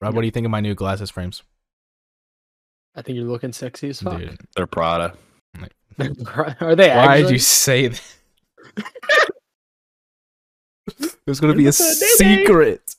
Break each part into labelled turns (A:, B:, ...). A: Rob, what do you think of my new glasses frames?
B: I think you're looking sexy as fuck.
A: Dude,
C: They're Prada.
B: Are they
A: why'd
B: actually?
A: you say that? There's gonna be a
B: It's a day-day.
A: secret.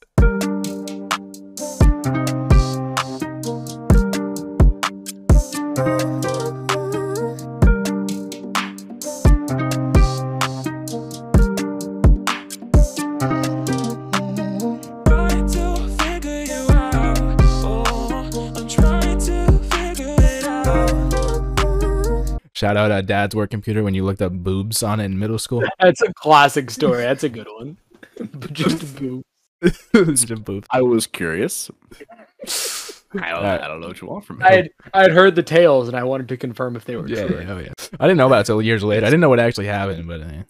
D: Trying to figure you out. Oh, I'm trying to figure it out.
A: Shout out uh, Dad's work computer when you looked up boobs on it in middle school.
B: That's a classic story. That's a good one. Just boo.
A: It's just boobs. Uh,
C: I was curious. I don't,
A: Alright.
C: I don't know what you want from me.
B: I had I had heard the tales and I wanted to confirm if they were
A: Yeah,
B: true.
A: yeah, oh yeah. I didn't know about it till years later. I didn't know what actually happened, but eh.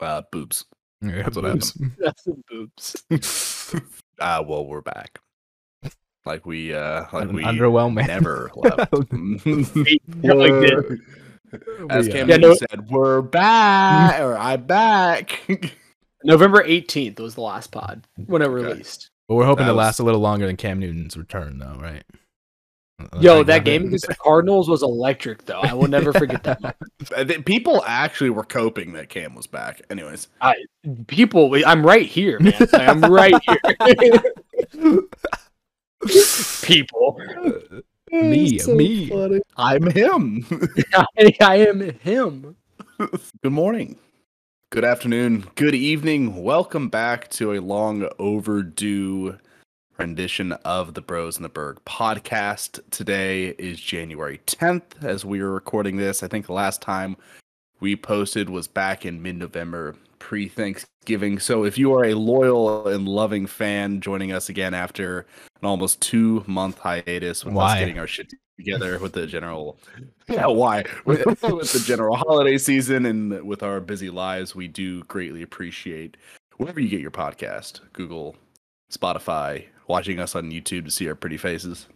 C: uh, boobs.
A: yeah,
C: That's what
A: boobs.
B: That's some boobs.
C: Uh, well, we're back. Like we, uh, like
A: An
C: we
A: underwhelmed man.
C: never left.
B: Really did.
C: As
A: We, uh,
C: Cam
B: Yeah,
C: Newton
B: no-
C: said, we're back, or I'm back.
B: November 18th was the last pod when it released.
A: But we're hoping
C: That
A: to
C: was-
A: last a little longer than Cam Newton's return, though, right? uh, Unless I
B: Yo, that
A: got
B: game
A: it.
B: against the Cardinals was electric, though. I will never forget that. moment.
C: I think People actually were coping that Cam was back. Anyways,
B: People, we- I'm right here, man. Like, I'm right here. People,
A: me, me.
C: I'm him.
B: I, I am him.
C: Good morning. Good afternoon. Good evening. Welcome back to a long overdue rendition of the Bros in the Berg podcast. Today is January 10th as we are recording this. I think the last time we posted was back in mid November, pre Thanksgiving. So if you are a loyal and loving fan joining us again after an almost two month hiatus with
A: Why?
C: us getting our shit together with the general yeah, why? With, with the general holiday season and with our busy lives, we do greatly appreciate wherever you get your podcast, Google, Spotify, watching us on YouTube to see our pretty faces.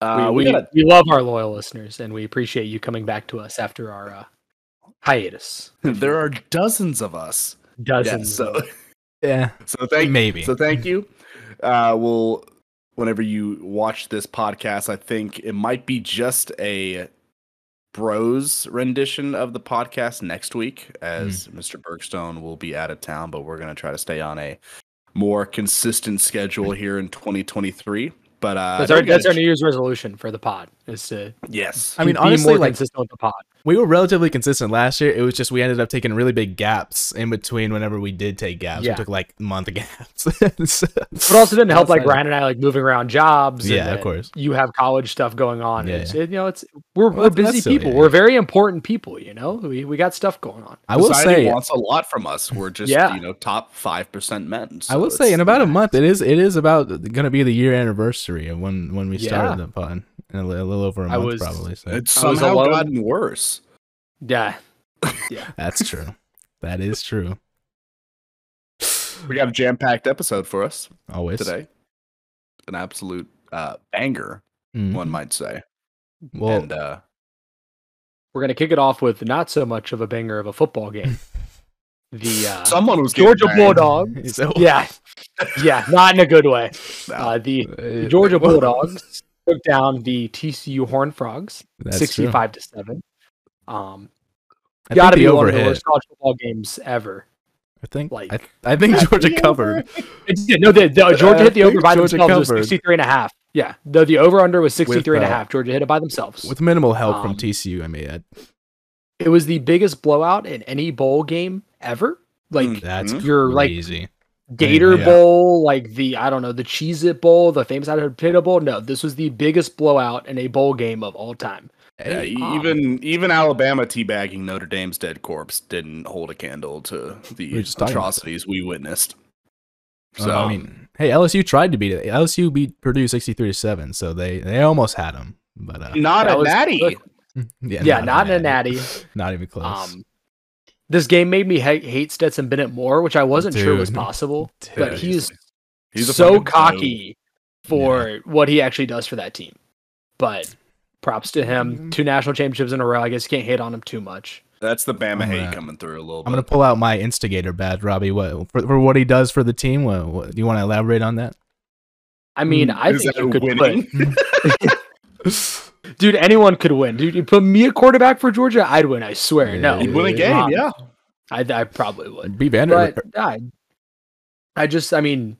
C: Uh,
B: we,
C: we,
B: we,
C: got
B: we love our loyal listeners, and we appreciate you coming back to us after our uh, hiatus.
C: there are dozens of us. Yeah,
B: Dozens.
C: so
A: Yeah,
C: so thank
A: maybe.
C: So thank you. Uh, we'll whenever you watch this podcast, I think it might be just a bros rendition of the podcast next week, as Mr. Bergstone will be out of town, but we're gonna try to stay on a more consistent schedule here in 2023. But uh,
B: that's our,
C: don't get
B: that's
C: a
B: our
C: ch-
B: New Year's resolution for the pod is to
C: yes.
A: I mean,
B: be
A: honestly,
B: more
A: like
B: consistent with the pod.
A: we were relatively consistent last year. It was just we ended up taking really big gaps in between whenever we did take gaps.
B: Yeah.
A: We took like month gaps.
B: But also didn't help
A: Outside
B: like
A: of-
B: Ryan and I like moving around jobs. and
A: Yeah, of
B: then
A: course.
B: You have college stuff going on.
A: Yeah,
B: Yeah, you know, it's we're,
A: Well,
B: we're
A: that's-
B: busy
A: that's still-
B: people.
A: E, yeah, yeah.
B: We're very important people. You know, we we got stuff going on.
A: I will
C: Society
A: say,
C: wants a lot from us. We're just
B: Yeah.
C: you know top five percent men.
A: I will
C: so
A: say,
C: it's-
A: in about a month, it is it is about going to be the year anniversary of when when we started
B: Yeah.
A: the pod, and a, li- a little over a
B: I
A: month
B: was-
A: probably. So
C: it's
B: I was
C: somehow
B: alone.
C: gotten worse.
B: Yeah,
A: that's true. That is true.
C: We got a jam-packed episode for us.
A: Always
C: today. An absolute uh, banger,
A: Mhm.
C: one might say.
A: Well,
C: and uh,
B: we're gonna kick it off with not so much of a banger of a football game. the uh,
C: someone was
B: Georgia
C: getting banged.
B: Bulldogs.
A: so-
B: Yeah, yeah, not in a good way.
C: No.
B: Uh, the
A: Uh,
B: Georgia Bulldogs took down the TCU Horned Frogs,
A: that's true.
B: sixty-five to seven. Um,
A: I think
B: gotta
A: the
B: be
A: over
B: one of the
A: hit.
B: worst college football games ever.
A: I think
B: like-
A: I, I think Georgia covered.
B: It did. No, the, the, Georgia hit the
A: think
B: over by
A: uh, Georgia
B: themselves. It was
A: covered.
B: 63 and a half. Yeah. The, the over under was 63 and a
A: uh,
B: half. Georgia hit it by themselves.
A: With minimal help from
B: Um,
A: TCU, I mean that,
B: it was the biggest blowout in any bowl game ever. Like
C: Mm.
A: that's
C: Mhm.
B: your like
A: crazy.
B: Gator
A: Yeah.
B: Bowl, like the I don't know, the Cheez It Bowl, the famous out of Pita Bowl. No, this was the biggest blowout in a bowl game of all time.
C: Yeah, e-
B: um,
C: even even Alabama teabagging Notre Dame's dead corpse didn't hold a candle to the
A: were just talking about
C: atrocities we witnessed.
A: Uh,
C: So
A: I mean, hey, LSU tried to beat it. LSU beat Purdue sixty-three to seven, so they they almost had them. But uh,
C: not
B: That
C: a
B: was-
C: natty.
B: look,
A: yeah,
B: Yeah, not, in a natty.
A: not even close.
B: Um, this game made me ha- hate Stetson Bennett more, which I wasn't sure was
A: Dude.
B: possible.
C: Yeah,
B: But
C: he's-
B: he's
C: He's a
B: so
C: fucking goat.
B: cocky for what he actually does for that team. But props to him.
A: Mhm.
B: Two national championships in a row. I guess you can't hate on him too much.
C: That's the Bama
A: I'm
C: hate
A: gonna-
C: coming through a little
A: I'm
C: bit.
A: gonna pull out my instigator badge, Robbie. What for, for what he does for the team? What, what do you want to elaborate on that?
B: I mean, I
C: Is
B: think
C: that
B: you could
C: winning?
B: put, dude, anyone could win. Dude, you put me a quarterback for Georgia, I'd win. I swear. No,
A: You'd
C: Win a game,
B: Wrong.
C: yeah.
B: I, I probably would.
A: Be Vander.
B: But I, I just, I mean,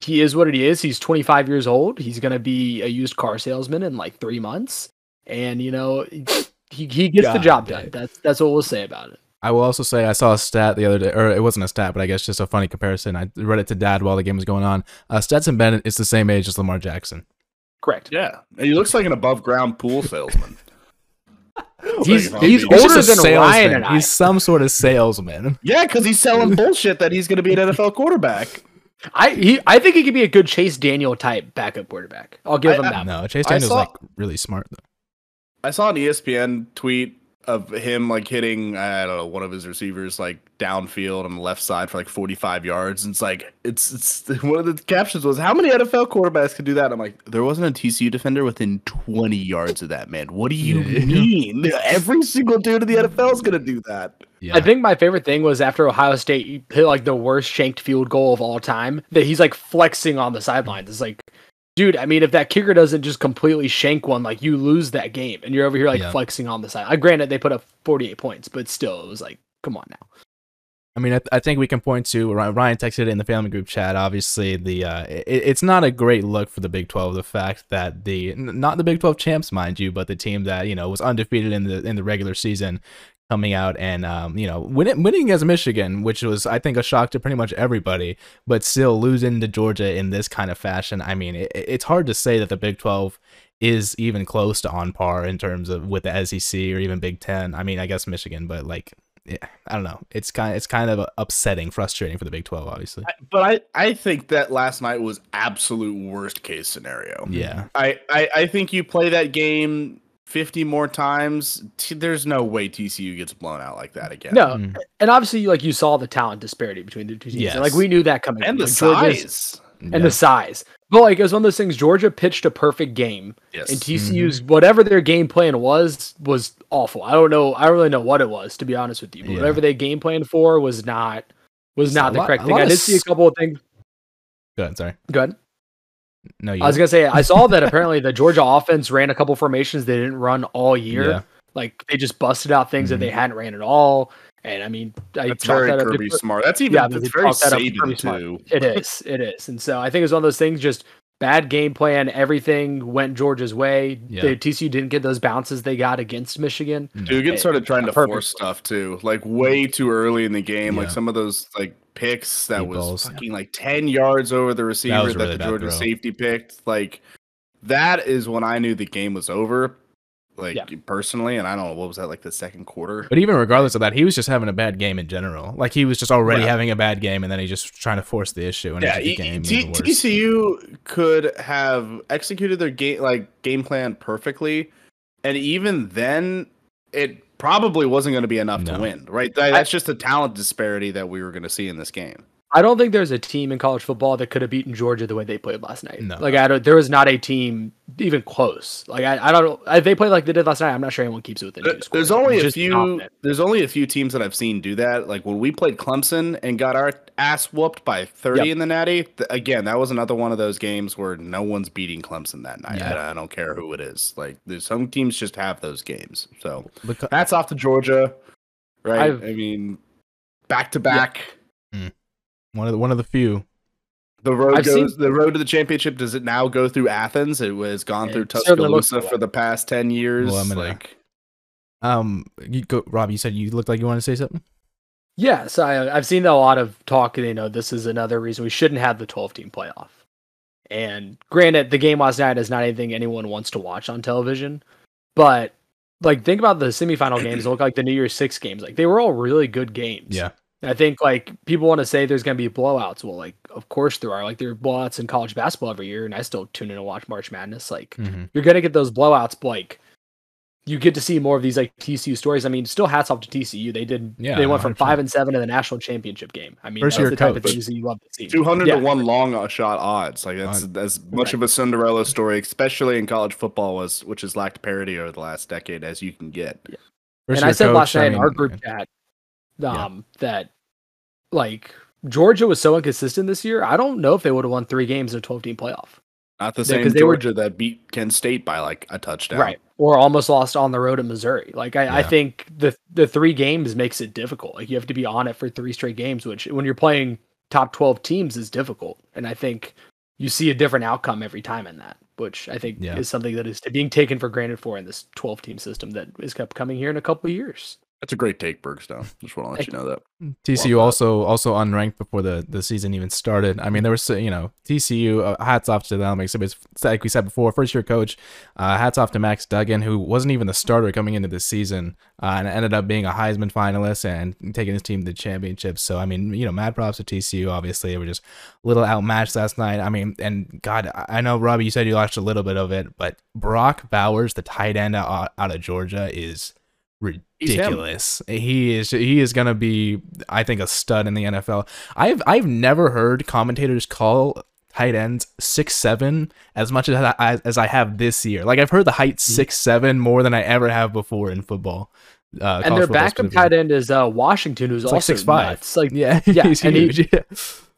B: he is what it is. He's 25 years old. He's gonna be a used car salesman in like three months, and you know, he, he gets the
A: God
B: job
A: damn.
B: done. That's that's what we'll say about it.
A: I will also say I saw a stat the other day, or it wasn't a stat, but I guess just a funny comparison. I read it to Dad while the game was going on. Uh, Stetson Bennett is the same age as Lamar Jackson.
B: Correct.
C: Yeah. And he looks like an above ground pool salesman.
B: He's-
C: Like,
B: he's
C: I'll be-
B: older
A: just a
B: than Ryan
A: salesman.
B: and I.
A: He's some sort of salesman.
C: Yeah, because he's selling bullshit that he's going to be an NFL quarterback.
B: I he, I think he could be a good Chase Daniel type backup quarterback. I'll give
C: I-
B: him
C: I-
B: that.
A: No, Chase
C: I
A: Daniel's
C: saw-
A: like really smart though.
C: I saw an E ESPN tweet of him like hitting I don't know one of his receivers like downfield on the left side for like 45 yards. And it's like it's it's one of the captions was how many NFL quarterbacks can do that? I'm like there wasn't a TCU defender within 20 yards of that man. What do you
A: Yeah.
C: mean? Every single dude in the NFL is going to do that.
A: Yeah,
B: I think my favorite thing was after Ohio State he hit like the worst shanked field goal of all time that he's like flexing on the sidelines. It's like, dude, I mean, if that kicker doesn't just completely shank one, like you lose that game, and you're over here like
A: Yeah.
B: flexing on the side. I granted they put up 48 points, but still, it was like, come on now.
A: I mean, I, I think we can point to Ryan Ryan texted it in the family group chat. Obviously, the uh, it, it's not a great look for the Big Twelve. The fact that the n- not the Big Twelve champs, mind you, but the team that you know was undefeated in the in the regular season, coming out and um, you know winning winning against Michigan, which was I think a shock to pretty much everybody, but still losing to Georgia in this kind of fashion. I mean, it, it- it's hard to say that the Big Twelve is even close to on par in terms of with the SEC or even Big Ten. I mean, I guess Michigan, but like yeah, I don't know. It's kind it's kind of uh, upsetting, frustrating for the Big Twelve, obviously.
C: But I I think that last night was absolute worst case scenario.
A: yeah,
C: I, I, I think you play that game 50 more times. T- there's no way TCU gets blown out like that again.
B: No,
A: Mm.
B: and obviously, like you saw the talent disparity between the two teams. and, like
A: Yes.
B: we knew that coming.
C: And the
B: Like, Georgia's-
C: size.
B: and the size. But like it was one of those things. Georgia pitched a perfect game,
C: Yes.
B: and TCU's
A: Mm-hmm.
B: whatever their game plan was was awful. I don't know. I don't really know what it was to be honest with you. But
A: Yeah.
B: Whatever they game planned for was not was
A: It's
B: not
A: a
B: the
A: lot-
B: correct
A: a
B: thing.
A: lot
B: I
A: of
B: did see a
A: s-
B: couple of things.
A: Go ahead, sorry.
B: Go ahead.
A: No, you.
B: I was gonna say I saw that apparently the Georgia offense ran a couple formations they didn't run all year.
A: Yeah.
B: Like they just busted out things
A: Mhm.
B: that they hadn't ran at all. And I mean, I
C: That's
B: chalked
C: very
B: that up to
C: Kirby smart. That's even
B: Yeah,
C: that's
B: they
C: very
B: chalk that up
C: Saban
B: Kirby
C: too.
B: Smart. It is. It is. And so I think it was one of those things just bad game plan. Everything went Georgia's way.
A: Yeah.
B: The TCU didn't get those bounces they got against Michigan.
C: Dugan
B: It-
C: started trying to
B: purposely.
C: force stuff too, like way too early in the game. Like
A: Yeah.
C: some of those like picks that
A: Deep
C: was
A: balls.
C: fucking like ten yards over the receiver that,
A: was a really
C: the
A: bad
C: Georgia
A: throw.
C: safety picked. Like that is when I knew the game was over. Like
B: Yeah.
C: personally, and I don't know what was that like the second quarter.
A: But even regardless of that, he was just having a bad game in general. Like he was just already
C: Yeah.
A: having a bad game, and then he's just trying to force the issue. And
C: yeah,
A: it's just
C: e-
A: the
C: e-
A: game
C: T-
A: even worse.
C: TCU could have executed their game like game plan perfectly, and even then, it probably wasn't going to be enough
A: No.
C: to win. Right? That, that's just the talent disparity that we were going to see in this game.
B: I don't think there's a team in college football that could have beaten Georgia the way they played last night.
A: No.
B: Like I don't there was not a team even close. Like I, I don't if they played like they did last night, I'm not sure anyone keeps it within
C: There-
B: two scores.
C: There's only a
B: Just
C: few.
B: confident.
C: There's only a few teams that I've seen do that. Like when we played Clemson and got our ass whooped by 30
B: Yep.
C: in the Natty. Th- again, that was another one of those games where no one's beating Clemson that night.
A: Yeah.
C: I, I don't care who it is. Like there's some teams just have those games. So
A: Look- uh,
C: That's off to Georgia, right?
B: I've-
C: I mean, back to back.
A: one of the, one of the few.
C: The road
B: I've
C: goes. The road to the championship does it now go through Athens? It was gone
B: It
C: through
B: certainly looks
C: Tuscaloosa
B: that
C: for the past ten years.
A: Well, I'm gonna-
C: like,
A: Um, you go, Rob. You said you looked like you wanted to say something.
B: Yeah, so I, I've seen a lot of talk. You know, this is another reason we shouldn't have the 12 team playoff. And granted, the game last night is not anything anyone wants to watch on television, but like think about the semifinal games. Look like the New Year's Six games. Like they were all really good games.
A: Yeah.
B: I think like people want to say there's going to be blowouts. Well, like of course there are. Like there are blowouts in college basketball every year, and I still tune in and watch March Madness. Like
A: Mhm.
B: you're going to get those blowouts, but like you get to see more of these like TCU stories. I mean, still hats off to TCU. They did.
A: Yeah,
B: they went from
A: 100%.
B: five and seven to the national championship game. I mean,
A: First
B: that's
A: year
B: the type of
A: coach.
B: things that you love to see.
C: two hundred
B: Yeah.
C: to one long shot odds. Like that's as much of a Cinderella story, especially in college football, was which has lacked parity over the last decade as you can get.
B: and
A: First-year
B: I said last
A: coach, I
B: night in our
A: mean,
B: group chat um, that like Georgia was so inconsistent this year. I don't know if they would have won three games in a 12 team playoff.
C: Not the
B: Yeah,
C: same
B: 'cause they were-
C: Georgia that beat Kent State by like a touchdown.
B: Right. Or almost lost on the road at Missouri. Like I, I
A: Yeah.
B: think the the three games makes it difficult. Like you have to be on it for three straight games, which when you're playing top twelve teams is difficult. And I think you see a different outcome every time in that, which I think
A: Yeah.
B: is something that is being taken for granted for in this twelve team system that is kept coming here in a couple of years.
C: That's a great take, Bergstone. Just want to let
B: Thank
C: you know that.
A: TCU
C: Love that.
A: also also unranked before the, the season even started. I mean, there was you know TCU uh, hats off to them. Except it's like we said before, first year coach. Uh, hats off to Max Duggan, who wasn't even the starter coming into this season, uh, and ended up being a Heisman finalist and taking his team to the championship. So I mean, you know, mad props to TCU. Obviously, they were just a little outmatched last night. I mean, and God, I I know Robbie, you said you watched a little bit of it, but Brock Bowers, the tight end out, out of Georgia, is
C: He's him.
A: ridiculous. He is he is gonna be, I think, a stud in the NFL. I've I've never heard commentators call tight ends six seven as much as I, as I have this year. Like I've heard the height
B: Mm-hmm.
A: six seven more than I ever have before in football. Uh, college
B: and their
A: football
B: backup
A: specifically.
B: tight end is uh, Washington, who's
A: It's like
B: also
A: 6'5".
B: nuts. Like
A: Yeah,
B: Yeah,
A: he's
B: and he-
A: huge. yeah.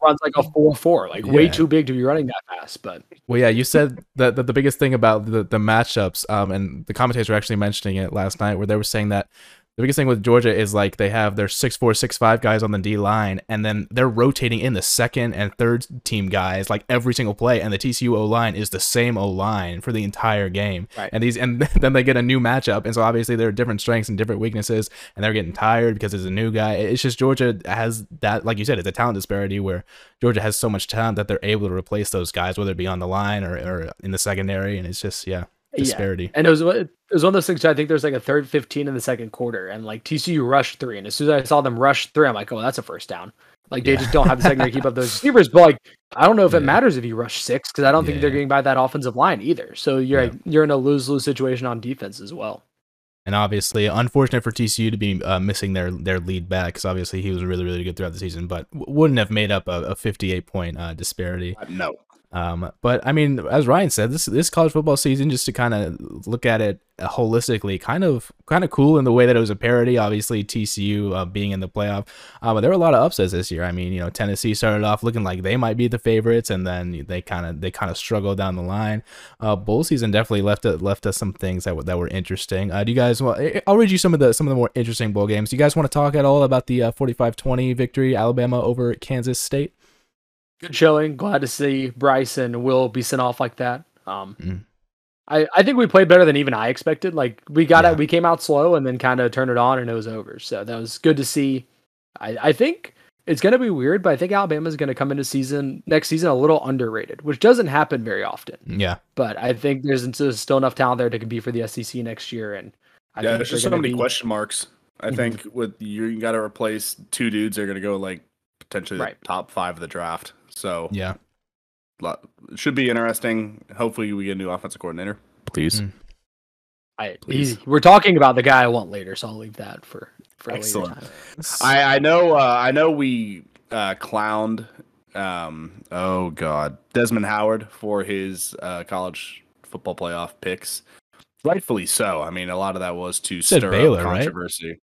B: runs like a four four, like way
A: Yeah.
B: too big to be running that fast. But
A: Well, yeah, you said that, that the biggest thing about the, the matchups, um, and the commentators were actually mentioning it last night, where they were saying that the biggest thing with Georgia is like they have their six four, six five guys on the D line, and then they're rotating in the second and third team guys like every single play, and the TCU O line is the same O line for the entire game,
B: Right.
A: and these and then they get a new matchup, and so obviously there are different strengths and different weaknesses, and they're getting tired because it's a new guy. It's just Georgia has that, like you said, it's a talent disparity where Georgia has so much talent that they're able to replace those guys, whether it be on the line or, or in the secondary. And it's just, yeah,
B: yeah,
A: disparity.
B: And it was it was one of those things. Too, I think there's like a third 15 in the second quarter, and like TCU rushed three. And as soon as I saw them rush three, I'm like, oh, that's a first down. Like they
A: Yeah.
B: just don't have the secondary to keep up those receivers. But like, I don't know if it
A: Yeah.
B: matters if you rush six because I don't think they're
A: Yeah.
B: getting by that offensive line either. So you're
A: Yeah.
B: like, you're in a lose lose situation on defense as well.
A: And obviously, unfortunate for TCU to be uh, missing their, their lead back because obviously he was really, really good throughout the season, but w- wouldn't have made up a, a 58 point uh, disparity.
C: Uh, No,
A: Um, but I mean, as Ryan said, this this college football season, just to kind of look at it holistically, kind of kind of cool in the way that it was a parody. Obviously, TCU uh, being in the playoff, uh, but there were a lot of upsets this year. I mean, you know, Tennessee started off looking like they might be the favorites, and then they kind of they kind of struggled down the line. Uh, bowl season definitely left it left us some things that were, that were interesting. Uh, do you guys want? I- I'll read you some of the some of the more interesting bowl games. Do you guys want to talk at all about the uh, 45-20 victory Alabama over Kansas State?
B: Good showing. Glad to see Bryce and Will be sent off like that. Um,
A: Mm.
B: I, I think we played better than even I expected. Like we got
A: Yeah.
B: out, we came out slow and then kind of turned it on and it was over. So that was good to see. I, I think it's going to be weird, but I think Alabama's going to come into season next season a little underrated, which doesn't happen very often.
A: Yeah,
B: But I think there's, there's still enough talent there to compete for the SEC next year. And I
C: yeah,
B: think
C: there's
B: they're
C: just so
B: gonna
C: many
B: be-
C: question marks. I
B: Mhm.
C: think with you, you got to replace two dudes. They're going to go like potentially the
B: Right.
C: top five of the draft. So
A: yeah.
C: lot- it should be interesting. Hopefully, we get a new offensive coordinator. Please.
A: Mm.
B: I,
C: Please.
B: he's- we're talking about the guy I want later, so I'll leave that for for a later
C: Excellent.
B: time.
C: I, I know. Uh, I know we uh, clowned. Um, oh God, Desmond Howard for his uh, college football playoff picks. Rightfully so. I mean, a lot of that was to
A: Said
C: stir
A: Baylor,
C: up
A: right?
C: controversy.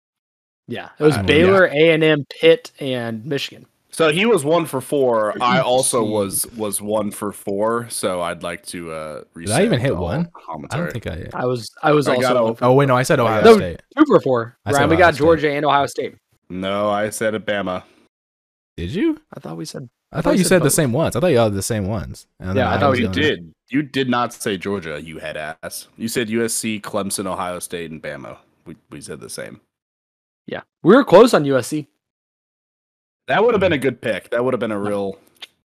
B: Yeah, it was
C: I- yeah.
B: Baylor, A and M, Pitt, and Michigan.
C: So he was one for four. I also was was one for four. So I'd like to. Uh,
A: Did I even
C: reset
A: hit
C: all
A: one? I
C: Commentary.
A: don't think I.
B: I was I was
C: I
B: also
C: got
B: one
C: a-
B: for
A: Oh wait, no, I said Ohio
B: No.
A: State.
B: two for four.
A: I said
B: Ryan, we
A: Ohio
B: got
A: State.
B: Georgia and Ohio State.
C: No, I said Alabama.
A: Did you?
B: I thought we said
A: I thought you said the same ones. I thought you all had the same ones. And
B: Yeah, I
A: then
B: thought
A: was
C: you
A: the only-
C: did. You did not say Georgia. You had ass. You said USC, Clemson, Ohio State, and Bama. We we said the same.
B: yeah. We were close on USC.
C: That would have been a good pick. That would have been a real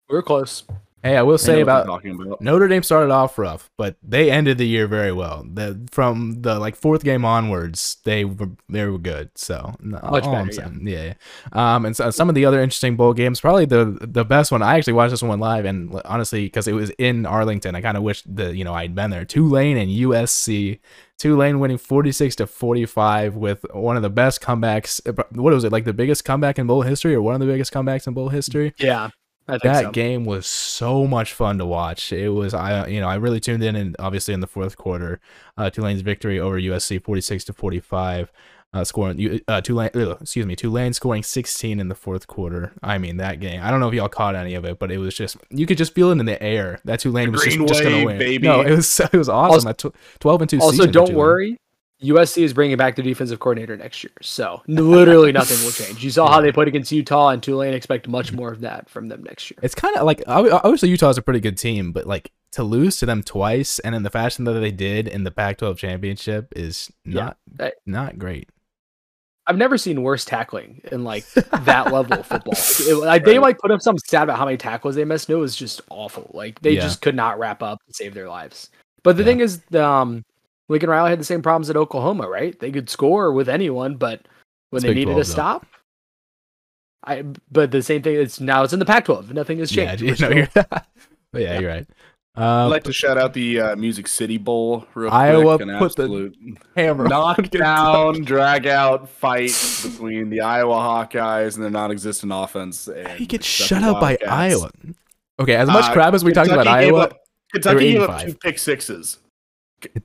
B: We were close.
A: Hey, I will
C: I
A: say
C: know what you're
A: about
C: talking about.
A: Notre Dame started off rough, but they ended the year very well. The from the like fourth game onwards, they were they were good. So no,
B: Much
A: all I'm
B: better, yeah.
A: saying- yeah. yeah. Um, and so, some of the other interesting bowl games, probably the the best one. I actually watched this one live, and l- honestly, because it was in Arlington, I kind of wish that you know I'd been there. Tulane and USC. Tulane winning 46 to 45 with one of the best comebacks. eh, What was it like the biggest comeback in bowl history, or one of the biggest comebacks in bowl history?
B: Yeah. I think
A: that
B: so.
A: game was so much fun to watch. It was I you know I really tuned in and obviously in the fourth quarter, uh, Tulane's victory over USC forty six to forty five. uh, scoring you- uh, Tulane. ugh, Excuse me, Tulane scoring 16 in the fourth quarter. I mean that game. I don't know if y'all caught any of it, but it was just you could just feel it in the air that Tulane was just,
C: green
A: just gonna
C: wave,
A: win.
C: baby.
A: No, it was so- it was awesome. Also, 12 and two.
B: Also,
A: season for
B: don't
A: Tulane.
B: worry. USC is bringing back the defensive coordinator next year, so n- literally nothing will change. You saw how they played against Utah and Tulane. Expect much more of that from them next year.
A: It's kind of like ob- obviously Utah's a pretty good team, but like to lose to them twice and in the fashion that they did in the Pac-12 championship is
B: Yeah,
A: not
B: that-
A: not great.
B: I've never seen worse tackling in like that level of football. Like, it- like, They like put up some stat about how many tackles they missed. And it was just awful. Like they
A: Yeah.
B: just could not wrap up and save their lives. But the
A: Yeah.
B: thing is, um, Lincoln Riley had the same problems at Oklahoma, right? They could score with anyone, but when
A: It's
B: they
A: Big
B: needed
A: 12,
B: a
A: though.
B: stop, I. But the same thing. It's now it's in the Pac-12. Nothing has
A: Yeah,
B: changed.
A: you know,
B: We're
A: you're,
B: still-
A: but yeah, you're right. Um,
C: I'd like to shout out the uh, Music City Bowl. Real
A: Iowa
C: quick, an
A: put the
C: absolute
A: hammer
C: knockdown, drag out fight between the Iowa Hawkeyes and their non-existent offense. And
A: He gets
C: Kentucky
A: shut out by
C: Wildcats.
A: Iowa. Okay, as much
C: Uh,
A: crap as we talked about
C: Kentucky gave
A: Iowa,
C: up- Kentucky
A: eight
C: gave
A: and
C: up two
A: five.
C: pick sixes.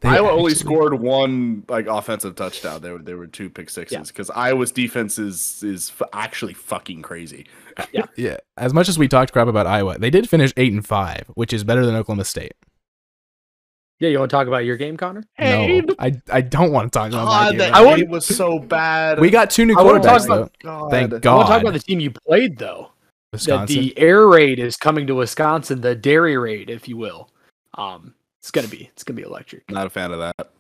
A: they
C: Iowa only
A: actually-
C: scored one like offensive touchdown. There were there were two pick sixes because Iowa's defense is is f- actually fucking crazy.
A: Yeah, as much as we talked crap about Iowa, they did finish eight and five, which is better than Oklahoma State.
B: yeah, you want to talk about your game, Connor?
A: no, I, I don't want to talk about that
C: God,
A: game.
C: that
B: I want-
C: game was so bad. Oh
A: we got two new
B: I wanna talk
A: quarterbacks
B: about-
A: though.
C: God.
A: Thank
B: I want to talk about
A: God,
B: the team you played though. that
A: Wisconsin.
B: the air raid is coming to Wisconsin, the dairy raid, if you will. Um, it's gonna be it's gonna be electric. You
C: Not a fan of that.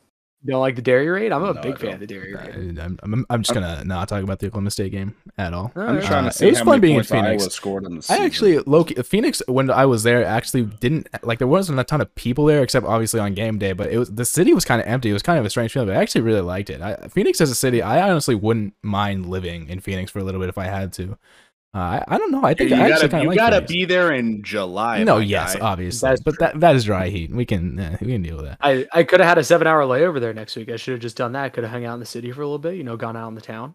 B: don't like the dairy raid? I'm a
C: No, I
B: big fan
C: don't.
B: of the dairy
A: Uh,
B: raid.
A: I'm, I'm, I'm just gonna not talk about the Oklahoma State game at all.
B: All
C: I'm
B: right.
C: trying
A: Uh,
C: to see
A: it was
C: how
A: fun
C: many
A: being in
C: points
A: Phoenix.
C: Iowa scored in the
A: I
C: season.
A: actually look Phoenix when I was there actually didn't like there wasn't a ton of people there except obviously on game day, but it was the city was kind of empty. It was kind of a strange feeling, but I actually really liked it. I, Phoenix as a city, I honestly wouldn't mind living in Phoenix for a little bit if I had to. Uh, I, I don't know. I
C: you
A: think I
C: gotta,
A: actually kind
C: you
A: of like
C: gotta
A: Phoenix.
C: be there in July.
A: No,
C: my
A: yes, uh,
C: guy.
A: obviously,
B: That's
A: but
B: true.
A: that that is dry heat. We can eh, we can deal with that.
B: I, I could have had a seven hour layover there next week. I should have just done that. I could have hung out in the city for a little bit, you know, gone out in the town.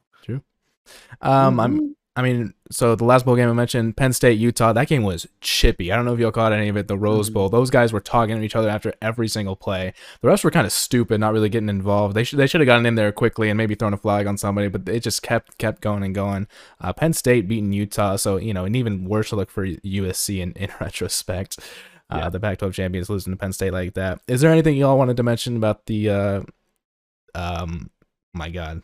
A: Um, I'm. I mean, so the last bowl game I mentioned, Penn State Utah, that game was chippy. I don't know if y'all caught any of it. The Rose
B: Mhm.
A: Bowl, those guys were talking to each other after every single play. The refs were kind of stupid, not really getting involved. They should they should have gotten in there quickly and maybe thrown a flag on somebody, but it just kept kept going and going. Uh, Penn State beating Utah, so you know an even worse look for USC in in retrospect. Uh, The Pac-12 champions losing to Penn State like that. Is there anything y'all wanted to mention about the, uh, um, my God,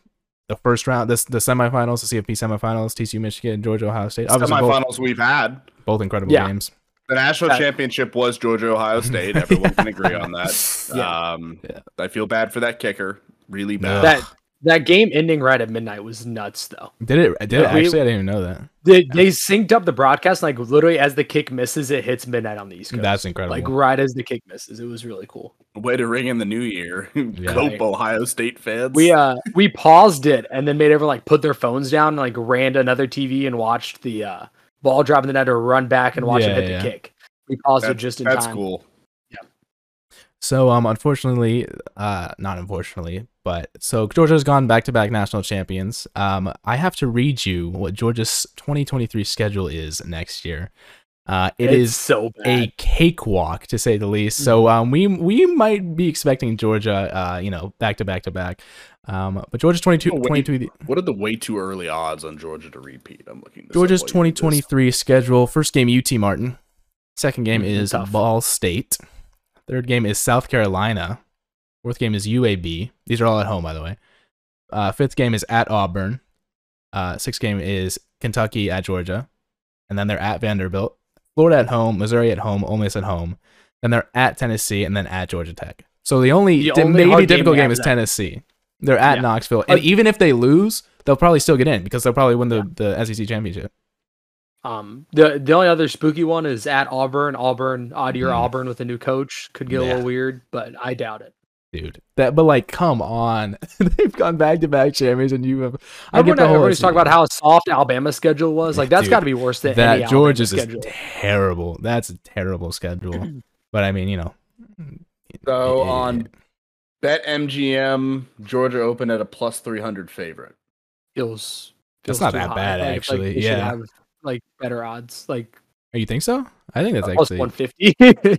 A: the first round, this the semifinals, the CFP semifinals, TCU, Michigan, Georgia, Ohio State. Obviously, both,
C: Semifinals we've had.
A: both incredible
B: Yeah.
A: games.
C: The national
B: That-
C: championship was Georgia Ohio State. Everyone can agree on that.
B: Yeah.
C: Um,
A: Yeah.
C: I feel bad for that kicker. Really
A: Ugh.
C: bad.
B: That that game ending right at midnight was nuts though.
A: Did it? Did it
B: Yeah, we-
A: actually? I didn't even know that.
B: They they synced up the broadcast like literally as the kick misses, it hits midnight on the East Coast.
A: That's incredible.
B: like right as the kick misses. It was really cool.
C: Way to ring in the new year. Cope Ohio State fans.
B: We uh we paused it and then made everyone like put their phones down and like ran to another TV and watched the uh ball drop in the net or run back and watch
A: Yeah,
B: it hit
A: yeah.
B: the kick. We paused it
C: That-
B: just in
C: That's
B: time.
C: cool.
A: So um, unfortunately, uh, not unfortunately, but so Georgia's gone back-to-back national champions. Um, I have to read you what Georgia's 2023 schedule is next year. Uh, it
B: it's
A: is
B: so bad.
A: a cakewalk to say the least. So um, we we might be expecting Georgia, uh, you know, back to back to back. Um, but Georgia's 22,
C: Oh, wait.
A: 22
C: What are the way too early odds on Georgia to repeat? I'm looking. this up
A: Georgia's
C: while you do this.
A: 2023 schedule. First game, UT Martin. Second game
B: Mm,
A: is
B: tough.
A: Ball State. Third game is South Carolina. Fourth game is UAB. These are all at home, by the way. Uh, fifth game is at Auburn. Uh, sixth game is Kentucky at Georgia. And then they're at Vanderbilt. Florida at home, Missouri at home, Ole Miss at home. Then they're at Tennessee and then at Georgia Tech. So the only,
B: The
A: di-
B: only hard
A: maybe
B: game
A: difficult
B: they
A: game
B: have
A: is
B: left.
A: Tennessee. They're at
B: Yeah.
A: Knoxville. And
B: Uh,
A: even if they lose, they'll probably still get in because they'll probably win the, the SEC championship.
B: Um the the only other spooky one is at Auburn. Auburn, odd year
A: Mm.
B: Auburn with a new coach could get a
A: Yeah.
B: little weird, but I doubt it.
A: dude. That, but like, come on, they've gone back to back champions, and you have. I
B: Remember
A: get the
B: when
A: whole.
B: everybody's talking about how soft Alabama's schedule was? Like that's
A: Dude,
B: got to be worse than any
A: that
B: Alabama
A: Georgia's is
B: schedule.
A: terrible. That's a terrible schedule. but I mean, you know.
C: So
A: it-
B: Oh,
A: it-
C: on Bet MGM, Georgia opened at a plus 300 favorite.
B: feels
A: That's
B: feels
A: not
B: too
A: that
B: high.
A: bad,
B: Like, it's like
A: actually,
B: they should
A: yeah.
B: have, like better odds, like
A: Oh, you think so? I think that's
B: plus
A: actually Oh,
B: one fifty.
A: no.
C: Uh,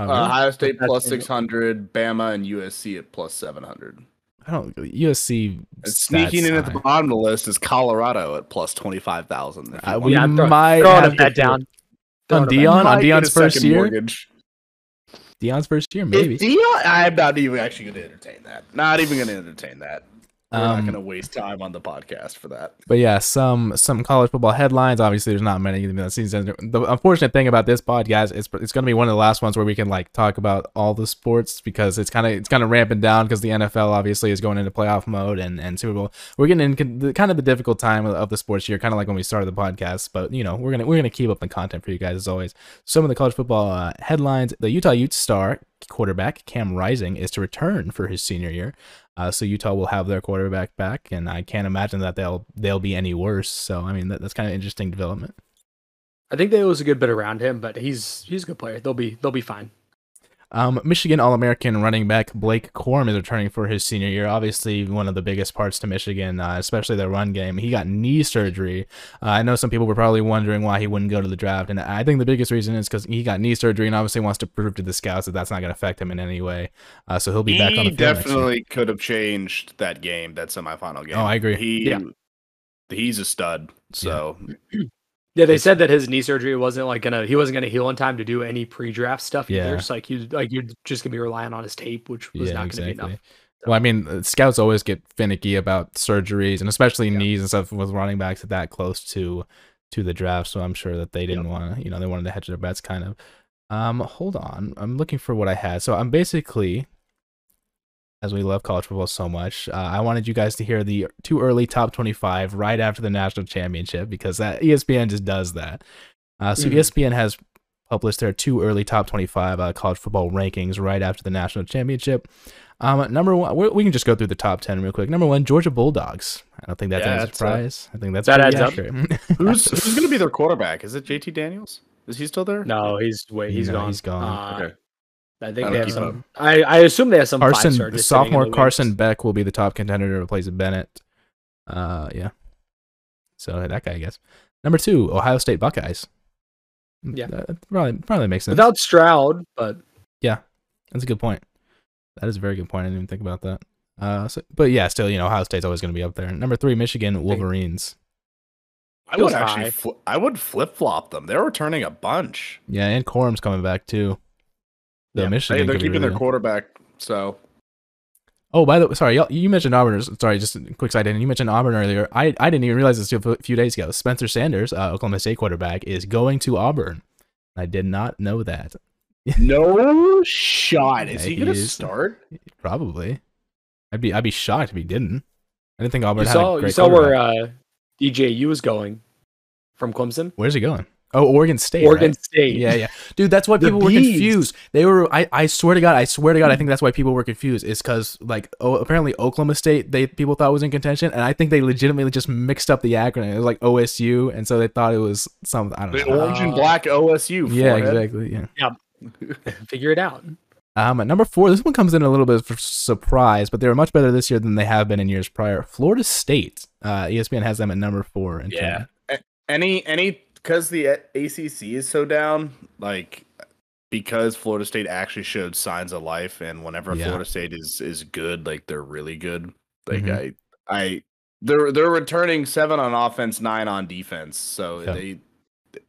A: really?
C: Ohio State
B: That's
C: plus
B: favorite.
C: 600, Bama and USC at plus 700.
A: I don't USC
C: And sneaking
A: stats
C: in at the
A: line.
C: bottom of the list is Colorado at plus twenty five thousand.
A: I
B: We
A: We
B: yeah, I'm throwing,
A: might
B: throwing
A: have
B: him that
A: to-
B: down.
A: on
B: Throwing him that-
A: Dion on Dion's first year. Dion's first year,
C: Maybe
A: maybe.
C: Dion, I'm not even actually going to entertain that. Not even going to entertain that. We're not
A: Um,
C: going to waste time on the podcast for that.
A: But yeah, some some college football headlines. Obviously, there's not many in the season. The unfortunate thing about this podcast is it's going to be one of the last ones where we can like talk about all the sports because it's kind of it's kind of ramping down because the NFL obviously is going into playoff mode and and Super Bowl. We're getting in con- the, kind of the difficult time of, of the sports year, kind of like when we started the podcast. But you know, we're gonna we're gonna keep up the content for you guys as always. Some of the college football uh, headlines: The Utah Ute star quarterback Cam Rising is to return for his senior year. Uh, so Utah will have their quarterback back, and I can't imagine that they'll they'll be any worse. So I mean, that, that's kind of interesting development.
B: I think they was a good bit around him, but he's he's a good player. They'll be they'll be fine.
A: Um, Michigan All-American running back Blake Corum is returning for his senior year. Obviously, one of the biggest parts to Michigan, uh, especially their run game. He got knee surgery. Uh, I know some people were probably wondering why he wouldn't go to the draft, and I think the biggest reason is because he got knee surgery and obviously wants to prove to the scouts that that's not going to affect him in any way. Uh, so he'll be back on the
C: He
A: field next year.
C: definitely could have changed that game, that semifinal game.
A: Oh, I agree.
C: He,
B: Yeah.
C: He's a stud. So
B: Yeah, they said that his knee surgery wasn't like gonna he wasn't gonna heal in time to do any pre-draft stuff
A: Yeah.
B: either. So like you like you're just gonna be relying on his tape, which was not gonna be enough.
A: Well, I mean, uh, scouts always get finicky about surgeries and especially
B: Yeah.
A: knees and stuff with running backs that close to to the draft. So I'm sure that they didn't want to, you know, they wanted to hedge their bets kind of. Um, hold on, I'm looking for what I had. So I'm basically, as we love college football so much, uh, I wanted you guys to hear the too early top 25 right after the national championship because that E ESPN just does that. Uh, so
C: Mm-hmm.
B: Mhm.
A: ESPN has published their two early top 25 uh, college football rankings right after the national championship. Um, number one, we, we can just go through the top 10 real quick. Number one, Georgia Bulldogs. I don't think that's
C: Yeah,
A: any
C: that's, uh,
A: surprise. I think that's
B: that
A: pretty
B: adds up.
A: accurate.
C: who's who's going to be their quarterback? Is it JT Daniels? Is he still there?
B: No, he's wait, he's
A: No,
B: gone.
A: he's gone.
B: Uh,
C: Okay.
B: I
C: I
B: think
C: don't
B: they have
C: keep up.
B: some. I, I assume they have some five star
A: Carson,
B: just sitting in
A: sophomore
B: the wings.
A: Carson Beck will be the top contender to replace Bennett. Uh, yeah. So that guy, I guess. Number two, Ohio State Buckeyes.
B: Yeah.
A: That probably probably makes sense.
B: without Stroud, but
A: That's a good point. That is a very good point. I didn't even think about that. Uh, so, but yeah, still, you know, Ohio State's always going to be up there. Number three, Michigan Wolverines.
C: I
B: Feels
C: would actually
B: high.
C: fl- I would flip flop them. They're returning a bunch.
A: Yeah, and Corum's coming back too. The
B: Yeah, they-
A: Michigan.
C: They, they're
A: could be
C: keeping their
A: really-
C: quarterback. So
A: Oh, by the way, sorry, y'all- you mentioned Auburn. Sorry, just a quick side in. You mentioned Auburn earlier. I, I didn't even realize this until a few days ago. Spencer Sanders, uh, Oklahoma State quarterback, is going to Auburn. I did not know that.
C: no shot. Is
A: Yeah,
C: he
A: he
C: going to
A: is.
C: start?
A: Probably, I'd be I'd be shocked if he didn't. I didn't think Auburn
B: you
A: had
B: saw
A: a
B: you
A: great
B: saw where
A: quarterback.
B: uh, DJU was going from Clemson,
A: Where's he going? Oh, Oregon State.
B: uh, Oregon
A: right?
B: State.
A: Yeah, yeah, dude. That's why
C: The
A: people were
C: bees.
A: confused. They were. I, I swear to God. I swear to God. I think that's why people were confused. Is because like oh, apparently Oklahoma State they people thought was in contention, and I think they legitimately just mixed up the acronym. It was like OSU, and so they thought it was something. I don't
C: The
A: know.
C: orange and
B: Uh,
C: black OSU.
A: yeah,
C: forehead.
A: exactly. Yeah.
B: figure it out.
A: Um, at number four, this one comes in a little bit of a surprise, but they were much better this year than they have been in years prior. Florida State. Uh, ESPN has them at number four. In
C: Yeah.
A: terms-
C: Any any because the ACC is so down, like because Florida State actually showed signs of life, and whenever
A: Yeah.
C: Florida State is is good, like they're really good. Like
A: Mhm.
C: I I they're they're returning seven on offense, nine on defense, so
A: Yeah.
C: they